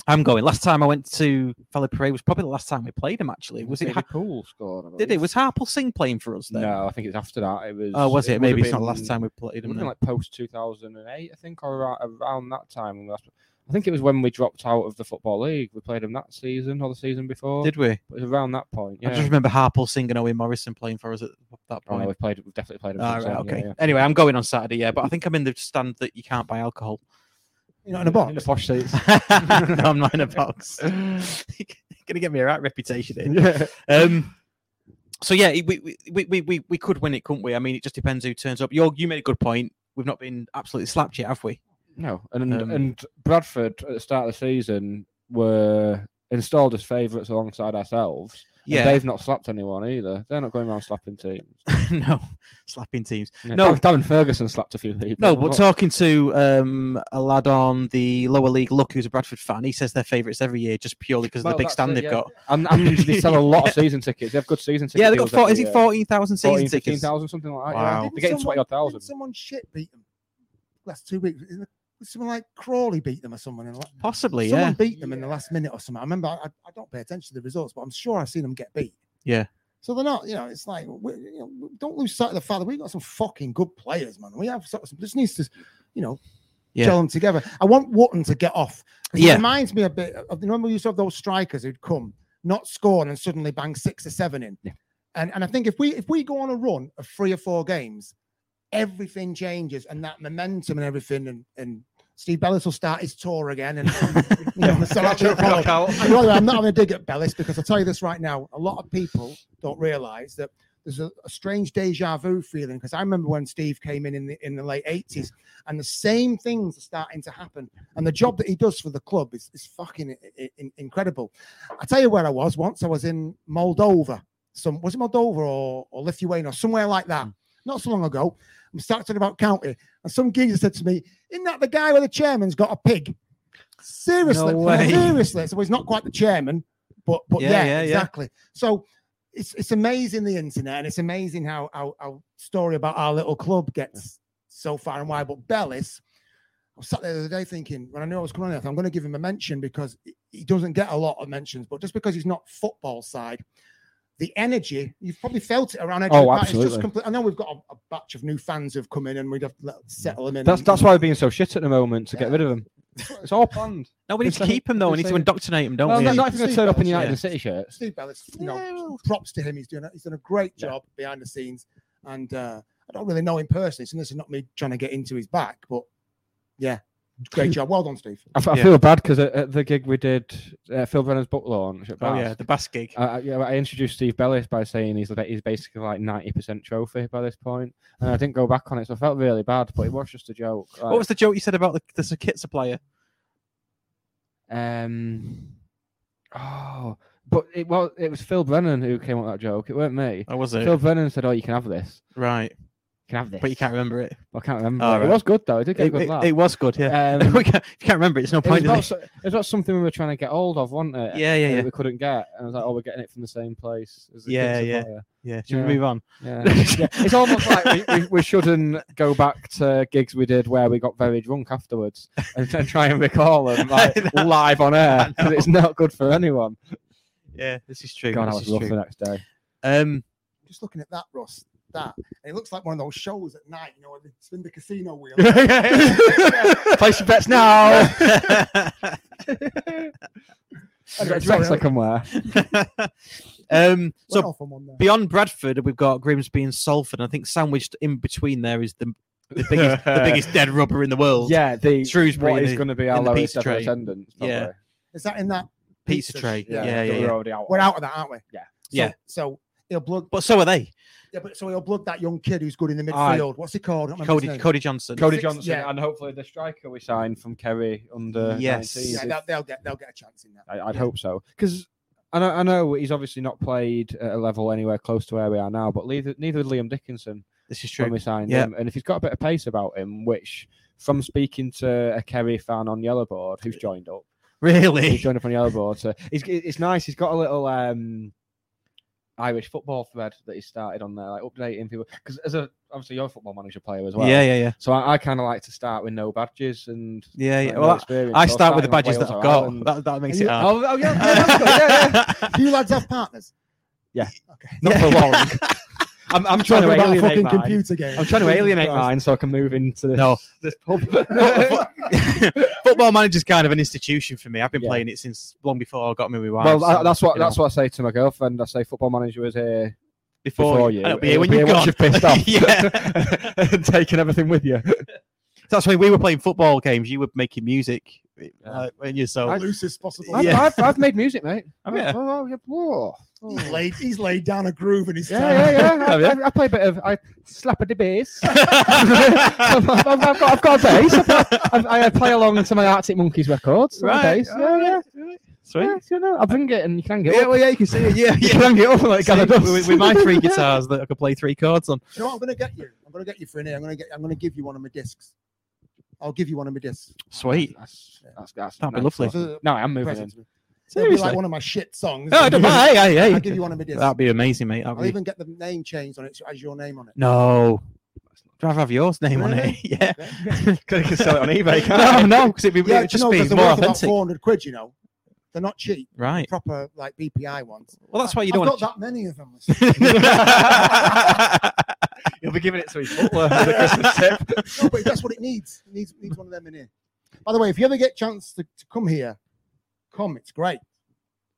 I'm going. (laughs) Last time I went to Valley Parade was probably the last time we played him. Actually, was it? Ha- Liverpool scored? I did it? believe. Was Harpal Singh playing for us then? No, I think it's after that. It was. Oh, was it? would have Maybe it's not the been- last time we played It would him. have then. been like post 2008, I think, or ar- around that time. when we last- I think it was when we dropped out of the Football League. We played them that season or the season before. Did we? It was around that point. Yeah. I just remember Harpal Singh and Owen Morrison playing for us at that Oh, point. no, we've, played, we've definitely played them. All since Ah, right, then, yeah, okay. yeah. Anyway, I'm going on Saturday, yeah, but I think I'm in the stand that you can't buy alcohol. you know, in a box. In the posh seats. no, (laughs) I'm not in a box. Gonna get me a right reputation in. yeah. Um, so yeah, we, we, we, we, we, we could win it, couldn't we? I mean, it just depends who turns up. you you made a good point. We've not been absolutely slapped yet, have we? No, and Um, and Bradford at the start of the season were installed as favourites alongside ourselves. and Yeah. they've not slapped anyone either. They're not going around slapping teams. no, slapping teams. Yeah, (laughs) No. Dan- Darren Ferguson slapped a few people. No, but What- talking to um, a lad on the lower league, look, who's a Bradford fan, he says they're favourites every year just purely because of Well, the big that's stand it, they've yeah. got. and, and they sell a lot of season tickets. They have good season (laughs) tickets. yeah, they've got four, is it 14,000 season 14, tickets? 15,000, something like that. Wow. Yeah. They're getting Didn't 20 odd someone- thousand. didn't Someone shit beat them last two weeks. Isn't it- Someone like Crawley beat them or someone in the la- Possibly, Someone yeah. beat them in the last minute or something. I remember I, I, I don't pay attention to the results, but I'm sure I've seen them get beat. Yeah. So they're not, you know, it's like, we, you know, we don't lose sight of the fact that we've got some fucking good players, man. We have sort of some, just needs to, you know, Yeah. gel them together. I want Wotton to get off. (laughs) 'Cause Yeah. It reminds me a bit of, you know, when we used to have those strikers who'd come, not score, and then suddenly bang six or seven in. Yeah. And, and I think if we if we go on a run of three or four games, everything changes and that momentum and everything and and Steve Bellis will start his tour again and you know, so I can follow. And by the way, I'm not having a dig at Bellis because I'll tell you this right now, a lot of people don't realise that there's a, a strange deja vu feeling because I remember when Steve came in in the, in the late 80s and the same things are starting to happen and the job that he does for the club is, is fucking i- i- in- incredible. I tell you where I was once. I was in Moldova. Some was it Moldova or, or Lithuania or somewhere like that. Not so long ago. I'm starting about county, and some geezer said to me, "Isn't that the guy where the chairman's got a pig?" Seriously, No way. (laughs) seriously. So he's not quite the chairman, But but Yeah, yeah, yeah, yeah. exactly. So it's it's amazing the internet, and it's amazing how how, how story about our little club gets so far and wide. But Bellis, I was sat there the other day thinking when I knew I was coming on, I thought, I'm going to give him a mention because he- he doesn't get a lot of mentions. But just because he's not football side, the energy you've probably felt it around. Edge Oh, of the Park. It's absolutely. Just complete, I know we've got a, a batch of new fans who've come in, and we'd have to let, settle them in. That's and- that's why we're being so shit at the moment to get rid of them. It's all planned. No, we need to keep him though. We need to indoctrinate him, don't Well, we? they're not even going to turn up in United and City shirt. shirts. Steve Bellis, you know, props to him. He's doing a, he's done a great job behind the scenes, and uh, I don't really know him personally, so this is not me trying to get into his back, but yeah, (laughs) great job. Well done, Steve. I, f- I feel bad because at, at the gig we did uh, Phil Brennan's book launch. At Oh, Bath, yeah, the Bask gig. Uh, I, I- yeah, I introduced Steve Bellis by saying he's like, he's basically like ninety percent trophy by this point, and I didn't go back on it, so I felt really bad. But it was just a joke. What was the joke you said about the, the kit supplier? Um, oh, but it was it was Phil Brennan who came up with that joke. It weren't me. Oh, was it? Phil Brennan said, "Oh, you can have this. Right. You can have this." But you can't remember it. I can't remember. Oh, it. right. It was good though. It did get a It, good it- laugh. it was good, yeah. Um, we can't, (laughs) if you can't remember it, it's no It was, point. not, is so- it? it was not something we were trying to get hold of, wasn't it? Yeah, yeah, That yeah. We couldn't get, and I was like, "Oh, we're getting it from the same place." As the Yeah, kids yeah. supplier." Yeah, should we (laughs) move on? (laughs) Yeah. Yeah, It's almost like we, we, we shouldn't go back to gigs we did where we got very drunk afterwards and, and try and recall (laughs) them like, live on air because it's not good for anyone. Yeah, this is true. God, I this was is rough true. the next day. (laughs) Um, Just looking at that, Ross, that and it looks like one of those shows at night, you know, where they spin the casino wheel. (laughs) (laughs) Place your bets now. I got a text I can wear. um, Went so off on one there. beyond Bradford, we've got Grimsby and Salford. And I think sandwiched in between there is the, the biggest the biggest dead rubber in the world. Yeah, the Shrewsbury what in is the- going to be in our the lowest pizza ever tray. attendance. Probably. Yeah. Is that in that Pizza sh- tray. Yeah, yeah, that yeah. We're already out. We're out of that, aren't we? Yeah. So, Yeah. So he'll blood. But so are they. Yeah, but so he'll blood that young kid who's good in the Aye. midfield. What's he called? I can't remember his Cody name. Cody Johnson. Cody Six- Johnson yeah. and hopefully the striker we signed from Kerry under Yes. 19s. Yeah, If- they'll, they'll get they'll get a chance in that. I, I'd hope so. Because I know, I know he's obviously not played at a level anywhere close to where we are now, but neither, neither had Liam Dickinson This is when true. we signed Yeah. him. And if he's got a bit of pace about him, which from speaking to a Kerry fan on Yellow Board who's joined up, Really? he's joined up on Yellow Board. So he's, it's nice. He's got a little um, Irish football thread that he started on there, like updating people. Because as a obviously you're a football manager player as well. Yeah, yeah, yeah. So I, I kind of like to start with no badges and Yeah, yeah. like, Well, no I- experience. I So start with the starting off badges that Wales I've or got. Ireland. That, that makes And it you- hard. Oh, oh yeah, yeah, that's good, yeah, (laughs) yeah. Do you lads have partners? not for long. (laughs) I'm, I'm trying to Talking about a alienate fucking mine. computer game. I'm trying to alienate Christ. mine so I can move into this. No. this (laughs) (laughs) pub. Football manager's kind of an institution for me. I've been Yeah. playing it since long before I got me with wife. well, I, so, that's what you know, that's what I say to my girlfriend. I say football manager was here before, before you. you. And it'll be It'll here when you've once gone. you've (laughs) pissed off. yeah. (laughs) and taking everything with you. That's when we were playing football games. You were making music. Uh, when you're so. As loose as possible. I've, Yeah. I've, I've made music, mate. Oh, yeah. Oh, oh, yeah. Whoa. Oh. He's laid, he's laid down a groove in his Yeah, yeah, yeah. (laughs) Have I, I, I play a bit of I slap a (laughs) de bass. (laughs) I've, I've, I've got, I've got a bass. I play, I've, I play along to my Arctic Monkeys records. Right. Right, Bass. Yeah, yeah. Sweet. Yeah, so, no, I bring it and you can get Yeah, up. well, yeah, you can see it. Yeah, (laughs) You can get up like See, Gather Dust. with, with my (laughs) three guitars that I could play three chords on. You know what I'm gonna get you? I'm gonna get you for an ear. I'm gonna get I'm gonna give you one of my discs. I'll give you one of my discs. Sweet. That's, that's, that's That'd be nice. lovely. It's a No, I'm moving present in. to me. It'll be Seriously? like one of my shit songs. No, I don't mind. Hey, hey, I'll hey. give you one of my discs. That'd be amazing, mate. That'd I'll be- even get the name changed on it so it has your name on it. No. I'd rather have yours name on it. Really? (laughs) (laughs) Yeah. Okay. Because I can sell it on eBay. can't no, no, because it'd be Yeah, it'd do you just know, be 'cause they're more worth about authentic. 400 quid, you know. They're not cheap. Right. Proper like BPI ones. Well, that's why you I've don't got that want. many of them. (laughs) You'll be giving it to his butler as a (laughs) Christmas (laughs) tip. no, but that's what it needs. It needs, it needs one of them in here. By the way, if you ever get a chance to, to come here, come. It's great.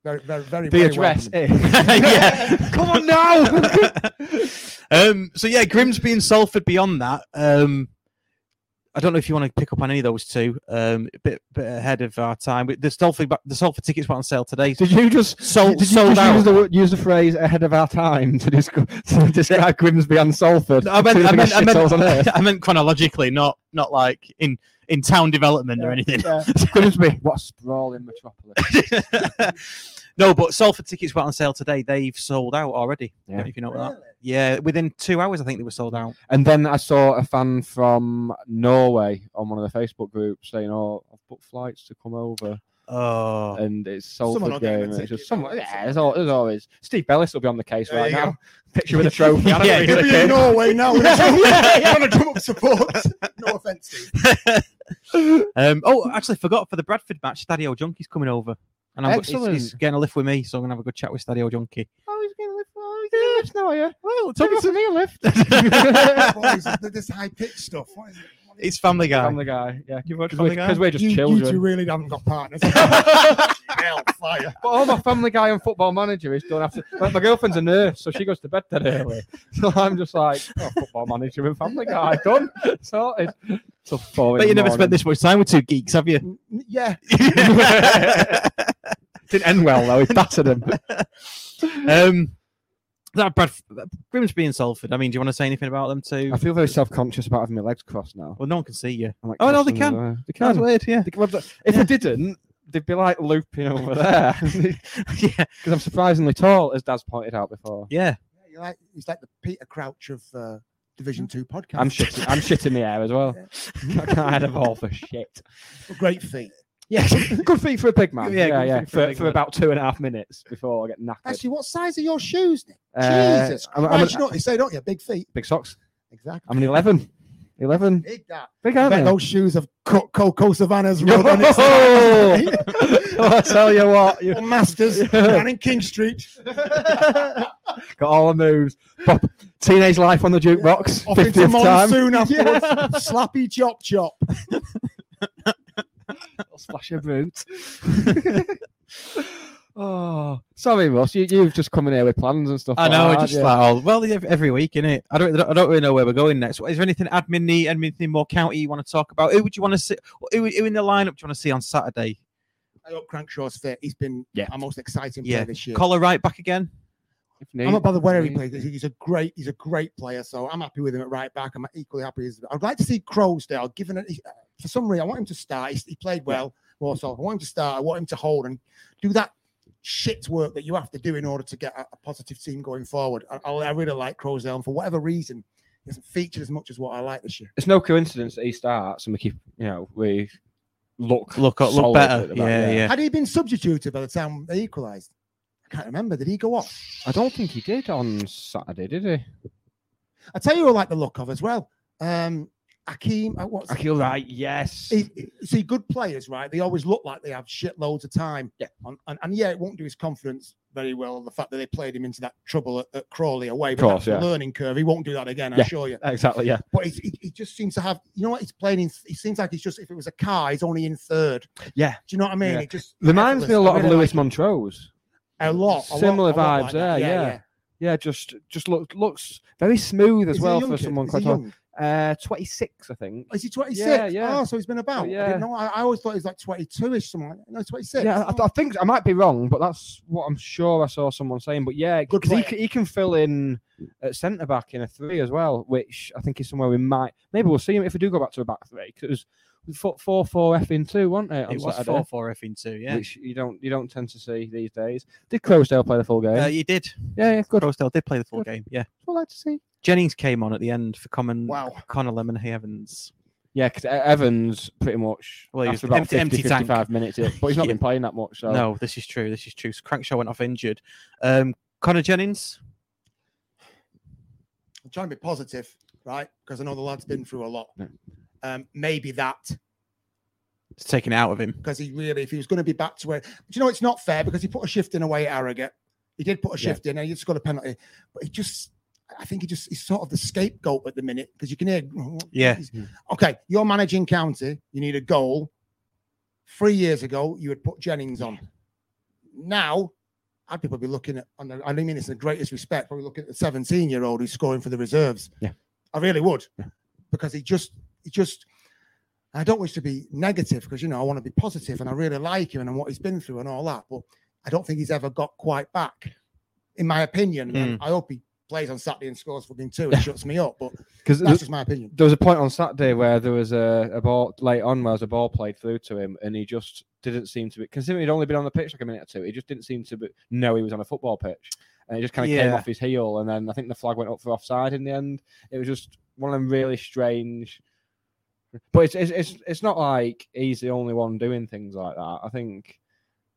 Very, very, very. The very address welcome. (laughs) is. yeah. Come on now. um, so yeah, Grimsby and Salford. Beyond that, um, I don't know if you want to pick up on any of those two. Um, a bit, bit ahead of our time. But the Salford, the Salford tickets went on sale today. (laughs) Did you just Sold- did you sold just out. Use, the, wo- use the phrase ahead of our time to, discu- to describe Grimsby and Salford? I meant, Two of I the meant, I biggest shitholes (laughs) on earth. meant, I meant chronologically, not not like in in town development or anything. (laughs) Yeah. Grimsby, what a sprawling metropolis. no, but Salford tickets went on sale today. They've sold out already. I don't Yeah. know if you know that. Yeah, within two hours, I think they were sold out. And then I saw a fan from Norway on one of the Facebook groups saying, "Oh, I've booked flights to come over." Oh. And it's Someone will Salford get him a game. and It's ticket. just someone. Yeah, there's al- there's always Steve Bellis will be on the case There right you now. go. (laughs) (laughs) Picture with a trophy. I don't Yeah, know he'll who be the in kid- Norway now. Yeah, yeah. Trying to drum up support. No offence. Steve. um, oh, actually, forgot for the Bradford match, Stadio Junkie's coming over. And I'm, he's, Excellent. he's getting a lift with me, so I'm going to have a good chat with Stadio Junkie. Oh, he's gonna lift. Oh, he's gonna lift now, are you? Well, Take (laughs) it from me a lift. What is this- this high pitched stuff. What is it? It's Family Guy. Family Guy. Yeah, You watch Family Guy? because we're just you, you two children. really haven't got (laughs) partners. Hell, fire. But all my Family Guy and Football Manager is done after. Like my girlfriend's a nurse, so she goes to bed (laughs) dead early. So I'm just like, oh, Football Manager and Family Guy done, sorted. So four. (laughs) in But you the never spent morning. this much time with two geeks, have (laughs) you? Yeah. Didn't end well though. (laughs) He battered him. um, that Brad Grimsby and Salford. I mean, do you want to say anything about them too? I feel very self-conscious about having my legs crossed now. Well, no one can see you. I'm like, Oh no, they can. crossing them, uh, They That's can. weird. Yeah, They can- If they didn't, they'd be like looping over (laughs) there. Because yeah, I'm surprisingly tall, as Dad's pointed out before. yeah. You're like, he's like the Peter Crouch of uh, Division Two podcast. I'm shitting. I'm shitting the air as well. (laughs) I can't have all for shit. (laughs) Great feat. Yeah, (laughs) good feet for a big man. Yeah, Yeah, yeah. good feet for a For, big for man. about two and a half minutes before I get knackered. Actually, what size are your shoes, Nick? Uh, Jesus. I'm, Why I'm do an- you know what they say, don't you? Big feet. big socks. Exactly. I'm an 11. 11. Big that. Big I (laughs) bet aren't they? those shoes have Co- Coco Savannah's Yo! rub on (laughs) (laughs) it. I tell you what, Oh, you (laughs) Or Masters down in King Street. got all the moves. Pop, teenage life on the jukebox. Off into 50th time. monsoon afterwards. (laughs) Yeah. Slappy chop chop. Little splash of root. (laughs) oh, sorry, Ross. You, you've just come in here with plans and stuff. I like know. I that, just yeah. like oh, well ev- every week, innit? I don't. I don't really know where we're going next. Is there anything admin need? Anything more county you want to talk about? Who would you want to see? Who, who in the lineup do you want to see on Saturday? I hope Crankshaw's fit. He's been Yeah. our most exciting Yeah. player this year. Collar right back again. If need- I'm not bothered where he if plays. need- He's a great, he's a great player. So I'm happy with him at right back. I'm equally happy. As, I'd like to see Crowsdale given it for some reason. I want him to start. He's, he played well. Warsaw. I want him to start. I want him to hold and do that shit work that you have to do in order to get a, a positive team going forward. I, I, I really like Crowsdale, and for whatever reason, he hasn't featured as much as what I like this year. It's no coincidence that he starts and we keep, you know, we look Look, look solid better. at the back, yeah, yeah. Had he been substituted by the time they equalised? I can't remember. Did he go off? I don't think he did on Saturday, did he? I tell you, who I like the look of as well. Um, Akeem, uh, what's feel right. Yes. He- he- you see, good players, right? They always look like they have shit loads of time. Yeah. And, and, and yeah, it won't do his confidence very well. The fact that they played him into that trouble at, at Crawley away, but Course, that's the yeah. learning curve. He won't do that again, I Yeah. assure you. Exactly. Yeah. But he's, he, he just seems to have, you know what? He's playing in, he seems like he's just, if it was a car, he's only in third. Yeah. Do you know what I mean? Yeah. It just Reminds me a effortless. I lot of really Lewis like Montrose. it. A lot. a lot, Similar a lot vibes like there. that. Yeah, yeah. Just just look looks very smooth as Is he a well young for kid? someone Is quite he old. young? Uh, twenty six, I think. Is he 26? yeah. Oh, so he's been about. I yeah. didn't know. I, I always thought he was like 22 ish, something like that. No, 26. Yeah, I, I think I might be wrong, but that's what I'm sure I saw someone saying. But yeah, Good because he, player. c- he can fill in at centre back in a three as well, which I think is somewhere we might maybe we'll see him if we do go back to a back three because it was four four four f in two, wasn't it? On It was Saturday, four four F in two. Yeah, which you don't you don't tend to see these days. Did Crowsdale play the full game? uh, you did. yeah, yeah, good. Crosdale did play the full Good. game. Yeah, We'll like to see. Jennings came on at the end for Common Wow. Connor Lemon Hay Evans. Yeah, because Evans pretty much Well, well, he after was about empty- 50, empty tank. 55 minutes, in, but (laughs) he's not been playing that much. So No, this is true. This is true. Crankshaw went off injured. Um, Connor Jennings. I'm trying to be positive, right? Because I know the lad's been through a lot. Yeah. Um, maybe that It's taken it out of him. because he really, if he was going to be back to where, do you know, it's not fair because he put a shift in away at Harrogate. He did put a Yeah. shift in and he just got a penalty, but he just, I think he just he's sort of the scapegoat at the minute because you can hear. Yeah. He's- Okay, you're managing county. You need a goal. Three years ago, you had put Jennings on. Now, I'd probably be looking at. and I don't mean it's in the greatest respect. Probably looking at the 17-year-old who's scoring for the reserves. Yeah. I really would, because he just, he just. I don't wish to be negative because you know I want to be positive and I really like him and what he's been through and all that, but I don't think he's ever got quite back, in my opinion. And I hope he plays on Saturday and scores fucking two and shuts me up, but because that's just my opinion. there was a point on Saturday where there was a, a ball late on where there was a ball played through to him, and he just didn't seem to be. Considering he'd only been on the pitch like a minute or two, he just didn't seem to be, know he was on a football pitch, and it just kind of came Yeah. off his heel. And then I think the flag went up for offside in the end. It was just one of them really strange. But it's it's it's, it's not like he's the only one doing things like that. I think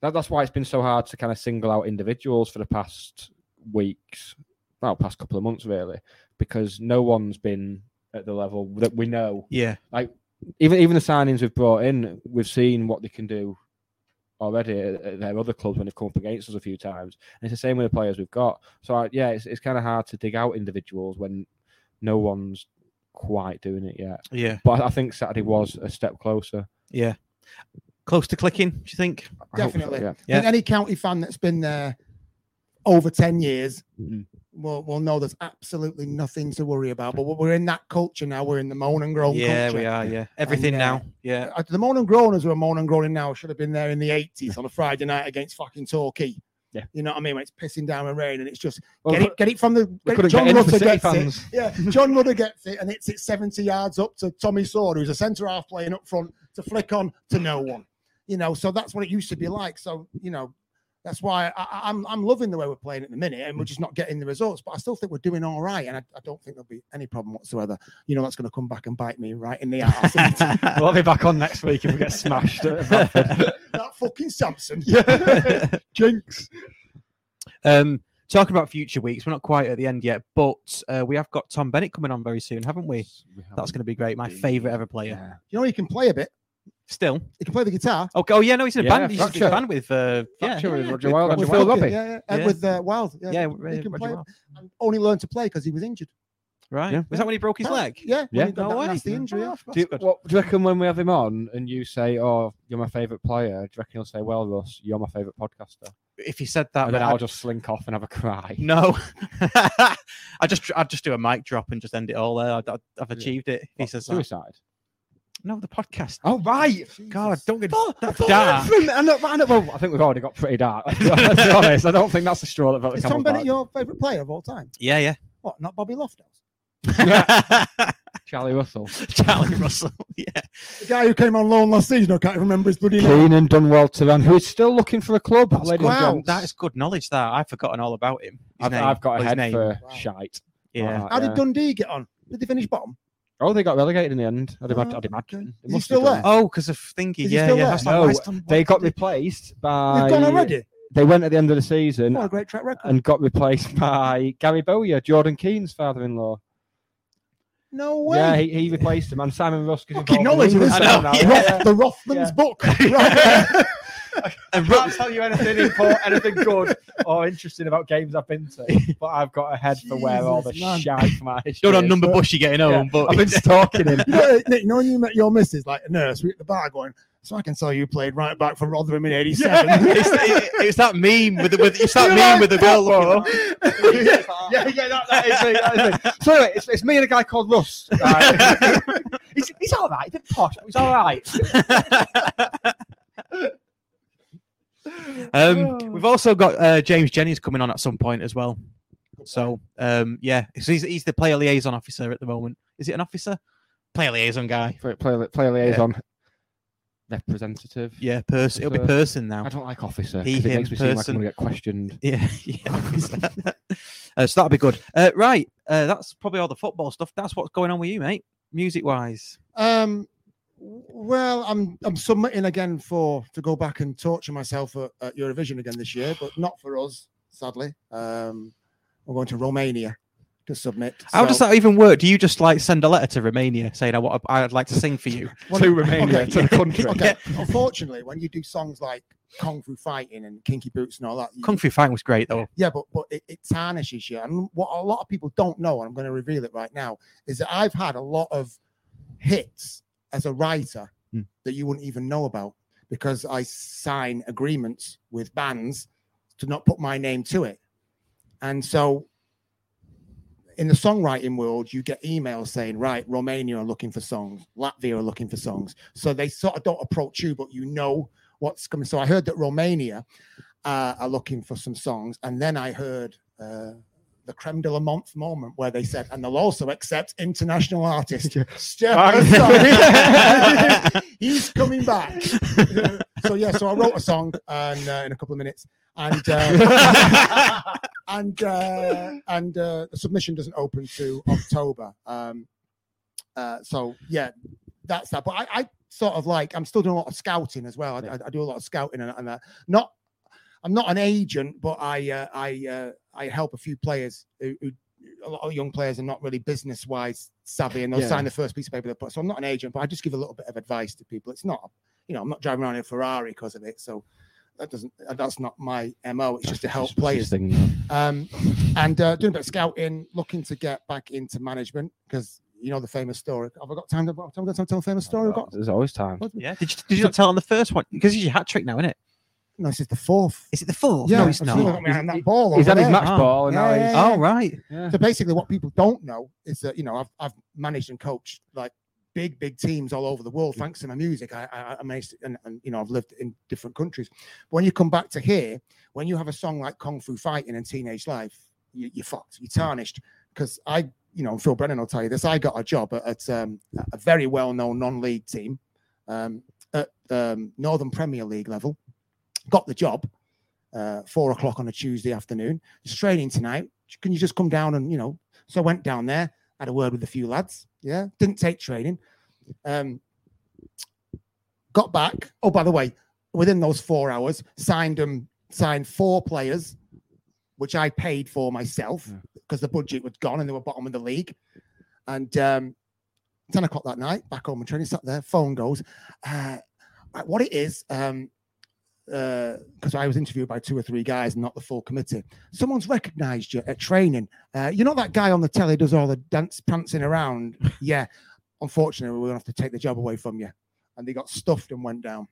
That, that's why it's been so hard to kind of single out individuals for the past weeks, well, past couple of months really, because no one's been at the level that we know. Yeah. like even even the signings we've brought in, we've seen what they can do already at at their other clubs when they've come up against us a few times. And it's the same with the players we've got. So I, yeah, it's it's kind of hard to dig out individuals when no one's quite doing it yet. Yeah. but I I think Saturday was a step closer. Yeah, close to clicking. Do you think? I hope so, Definitely. yeah. I think any county fan that's been there over 10 years Mhm. will, will know there's absolutely nothing to worry about. But we're in that culture now. We're in the moan and groan yeah, culture. we are. Yeah, everything And, uh, now. (laughs) Yeah, Uh, The moan and groaners who are moan and groaning now should have been there in the 80s on a Friday night against fucking Torquay. Yeah. You know what I mean? When it's pissing down with rain and it's just Well, get it, get it from the get- couldn't John get in for Rutter City gets fans. it. Yeah, John Rutter gets it and it's it 70 yards up to Tommy Sword, who's a centre half playing up front to flick on to no one. You know, so that's what it used to be like. So you know, that's why I, I- I'm I'm loving the way we're playing at the minute, and we're just not getting the results. But I still think we're doing all right, and I, I don't think there'll be any problem whatsoever. You know, that's going to come back and bite me right in the ass. we'll be back on next week (laughs) if we get smashed. at Bradford. that fucking Samson. (laughs) Jinx. Um, talking about future weeks, we're not quite at the end yet, but uh, we have got Tom Bennett coming on very soon, haven't we? That's going to be great. My favourite ever player. You know, he can play a bit. Still. He can play the guitar. Oh, oh yeah, no, he's in a Yeah, band. He's in a Thatcher. band with uh, yeah, Thatcher with yeah, Roger Wilde and With Phil fucking- Guppy. Yeah, yeah, and Yeah. with uh, Wild. Yeah, Yeah, he can- he Ro- can Roger play. Wilde. And only learned to play because he was injured. Right. Yeah. Was that when he broke his leg? Yeah, Yeah. When he got No that way. nasty injury. yeah. do, you, what, do you reckon when we have him on and you say, "Oh, you're my favourite player," do you reckon he'll say, "Well, Russ, you're my favourite podcaster," If he said that, and then I'd- I'll just slink off and have a cry? (laughs) No, (laughs) I just I'd just do a mic drop and just end it all there. I'd, I'd, I've achieved it. He What, says that. suicide. No, the podcast. Oh right, God, don't get that's dark. I know, I know, well, I think we've already got pretty dark. (laughs) Let's (laughs) be honest- let's be honest, I don't think that's the straw that broke the Is camel's Tom back. Bennett your favourite player of (laughs) all time? Yeah, What? Not Bobby Loftus, yeah. Charlie (laughs) (laughs) Russell, Charlie Russell. (laughs) Yeah. the guy who came on loan last season. I can't remember his bloody name. Keenan Dunwell Turan, who is still looking for a club. ladies and wow. gents. That is good knowledge. That I've forgotten all about him. His I've, name. I've got Well, a his head name. for Wow. shite. Yeah. Uh, How did Dundee get on? Did they finish bottom? Oh, they got relegated in the end. I'd, ima- Oh, I'd imagine. okay. They Is he must have still done. there? Oh, because of thingy. Is he Yeah, still yeah. there? That's like, No, why is Tom- why They got did replaced They've by. gone already. They went at the end of the season What a great track record. and got replaced by Gary Bowyer, Jordan Keane's father-in-law. No way. Yeah, he, he replaced him, and Simon Rusk is Fucking involved. knowledge in of this. England I know, now, yeah. yeah. Roth- the Rothmans Yeah. book. Right. I (laughs) can't tell you anything important, anything good or interesting about games I've been (laughs) to, but I've got a head for where all the Jesus, man. shite from my Don't know history is. number bush you're getting (laughs) Yeah, home, (laughs) but I've been (laughs) stalking him. you know, Nick, you know when you met your missus, like a nurse, we at the bar going, so I can tell you played right back for Rotherham in 87. (laughs) it's, it, it's that meme with the with it's that meme with the girl. Oh. looking- yeah, yeah, that, that is me. That is me. So anyway, it's, it's me and a guy called Russ. (laughs) Right? he's, he's all right. He's a bit posh. but He's all right. Um, Oh. we've also got uh, James Jennings coming on at some point as well. So um, yeah, so he's, he's the player liaison officer at the moment. Is it an officer? Player liaison guy. Play, play, play liaison. Representative. Yeah, person. It'll be Officer. person now. I don't like officer. He, 'cause it him, makes me seem like person. I'm going to get questioned. (laughs) Yeah, yeah. officer. uh, so that'll be good. Uh, right, uh, that's probably all the football stuff. That's what's going on with you, mate. Music wise, Um, well, I'm I'm submitting again for to go back and torture myself at, at Eurovision again this year, but not for us, sadly. Um, I'm going to Romania to submit. how so- does that even work? Do you just like send a letter to Romania saying I want, I'd like to sing for you? Well, (laughs) to Romania, okay, to (laughs) the country. Okay. Unfortunately, when you do songs like Kung Fu Fighting and Kinky Boots and all that, you- Kung Fu Fighting was great (laughs) though. yeah, but but it, it tarnishes you. And what a lot of people don't know, and I'm going to reveal it right now, is that I've had a lot of hits as a writer Hmm. that you wouldn't even know about because I sign agreements with bands to not put my name to it. And so in the songwriting world, you get emails saying, right, Romania are looking for songs, Latvia are looking for songs. So they sort of don't approach you, but you know what's coming. So I heard that Romania uh, are looking for some songs. And then I heard uh, the creme de la month moment where they said, and they'll also accept (laughs) international artist. Stefan (laughs) Sorry. He's coming back. so yeah, so I wrote a song and uh, in a couple of minutes, and (laughs) uh, and uh, and uh, the submission doesn't open to October. Um, uh, so yeah, that's that. But I, I sort of like I'm still doing a lot of scouting as well. I, I, I do a lot of scouting and, and uh, not I'm not an agent, but I uh, I uh, I help a few players who, who a lot of young players are not really business wise savvy and they'll Yeah. sign the first piece of paper they put. So I'm not an agent, but I just give a little bit of advice to people. It's not you know I'm not driving around in a Ferrari because of it. So that doesn't that's not my mo. It's just to help players. Um, and uh, doing a bit of scouting, looking to get back into management because you know the famous story. Have I got time? To, have I got time to tell a famous story? I've got There's always time. Yeah. Did you, did you not tell on the first one? Because it's your hat trick now, isn't it? No, this is the fourth. Is it the fourth? Yeah, no, it's I've not. still got my hand on that ball he's over had his there. match ball and now he's- Oh, right. Yeah. So basically, what people don't know is that you know I've I've managed and coached like big big teams all over the world thanks to my music. I I, I managed and, and you know I've lived in different countries. But when you come back to here, when you have a song like Kung Fu Fighting and Teenage Life, you, you're fucked. You're tarnished because I you know Phil Brennan will tell you this. I got a job at, at um, a very well known non league team um, at um, Northern Premier League level. Got the job uh, four o'clock on a Tuesday afternoon. It's training tonight. Can you just come down and you know? So I went down there, had a word with a few lads. Yeah, didn't take training. Um, got back. Oh, by the way, within those four hours, signed them, signed four players, which I paid for myself because the budget was gone and they were bottom of the league. And um, ten o'clock that night, back home and training, sat there. Phone goes. Uh, right, what it is? Um, because I was interviewed by two or three guys, not the full committee. Someone's recognised you at training. Uh, you're not that guy on the telly who does all the dance prancing around. yeah, unfortunately, we're gonna have to take the job away from you. And they got stuffed and went down.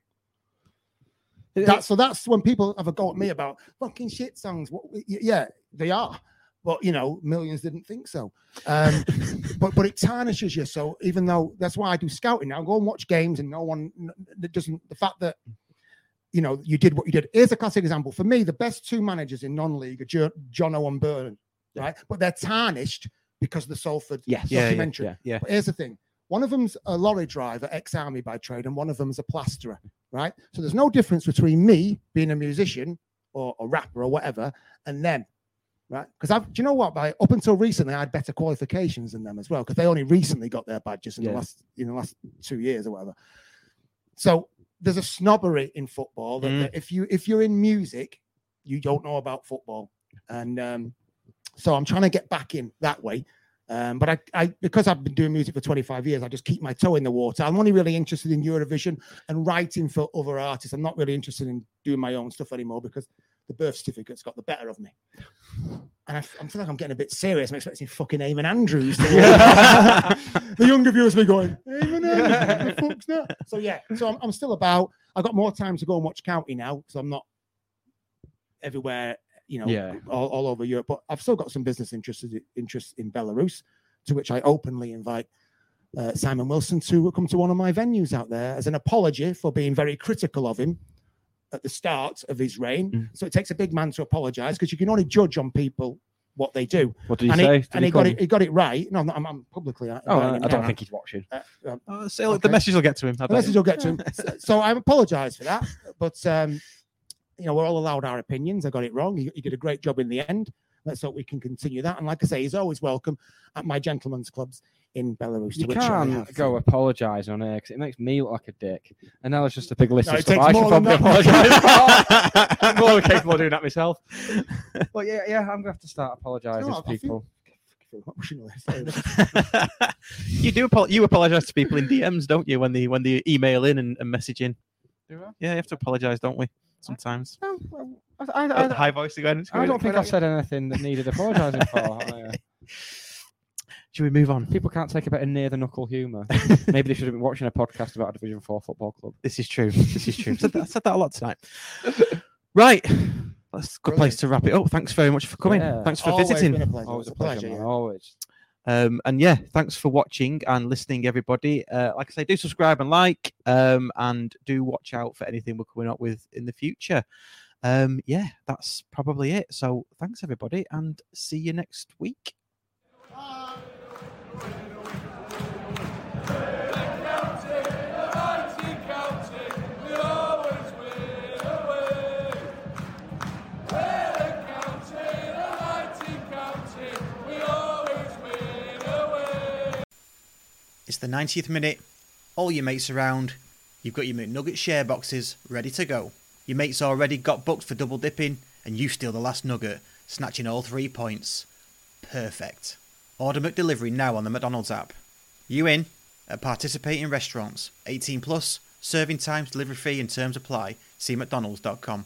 Oh. That, so that's when people have a go at me about fucking shit songs. What, y- yeah, they are, but you know, millions didn't think so. Um, (laughs) but but it tarnishes you. So even though that's why I do scouting now, go and watch games, and no one n- n- doesn't. The fact that you know, you did what you did. Here's a classic example. For me, the best two managers in non-league are jo- John Owen Byrne, right? But they're tarnished because of the Salford Yes. Yeah, yeah, documentary. yeah, yeah. But here's the thing. One of them's a lorry driver, ex-army by trade, and one of them's a plasterer, right? So there's no difference between me being a musician or a rapper or whatever and them, right? Because I've, do you know what? By up until recently, I had better qualifications than them as well because they only recently got their badges in the Yeah. last in the last two years or whatever. So there's a snobbery in football that, Mm. that if you if you're in music, you don't know about football, and um, so I'm trying to get back in that way. Um, but I, I, because I've been doing music for 25 years, I just keep my toe in the water. I'm only really interested in Eurovision and writing for other artists. I'm not really interested in doing my own stuff anymore because the birth certificate's got the better of me. And I, f- I feel like I'm getting a bit serious. I'm expecting fucking Eamon Andrews. to- the younger viewers will be going, (laughs) Eamon Andrews, the fuck's that? So yeah, so I'm, I'm still about. I've got more time to go and watch County now because I'm not everywhere, you know, Yeah. all, all over Europe. But I've still got some business interests interests in Belarus, to which I openly invite uh, Simon Wilson to come to one of my venues out there as an apology for being very critical of him at the start of his reign. Mm. So it takes a big man to apologise because you can only judge on people what they do. What did he and say? He, Did and he he got come? it. He got it right. No, I'm, not- I'm, I'm publicly. Oh, Oh, I don't think he's watching. Uh, So The message will get to him. I the bet. (laughs) message will (laughs) get to him. So- So I apologise for that, but um, you know we're all allowed our opinions. I got it wrong. He, he did a great job in the end. Let's hope we can continue that. And like I say, he's always welcome at my gentlemen's clubs in Belarus. You to which I can't have- go apologise on air because it makes me look like a dick. And now it's just a big list No, of it stuff takes I should more than probably (laughs) that. apologise for. I'm more than capable of doing that myself. But yeah, yeah, I'm going to have to start You apologising know to what, I people. feel- I feel emotional. Sorry. (laughs) you do apo- you apologize to people in DMs, don't you? When they when they email in and, and message in. Yeah, you have to apologise, don't we? Sometimes. No, well, I, I, Oh, I, high voice again. I don't think I've said anything that needed apologising (laughs) for. on air. Should we move on? People can't take a bit of near the (laughs) knuckle humour. Maybe they should have been watching a podcast about a Division Four football club. This is true. This is true. I said that, I said that a lot tonight. (laughs) Right. That's a good place to wrap it up. Thanks very much for coming. Yeah. Thanks for Always visiting. been a pleasure. Always It's a pleasure, man, yeah. always. Um, and yeah, thanks for watching and listening, everybody. Uh, like I say, do subscribe and like, um, and do watch out for anything we're coming up with in the future. Um, yeah, that's probably it. So thanks, everybody, and see you next week. It's the 90th minute. All your mates around. You've got your McNugget share boxes ready to go. Your mate's already got booked for double dipping, and you steal the last nugget, snatching all three points. Perfect. Order McDelivery now on the McDonald's app. You in? At participating restaurants. 18 plus. Serving times, delivery fee, and terms apply. See McDonald's.com.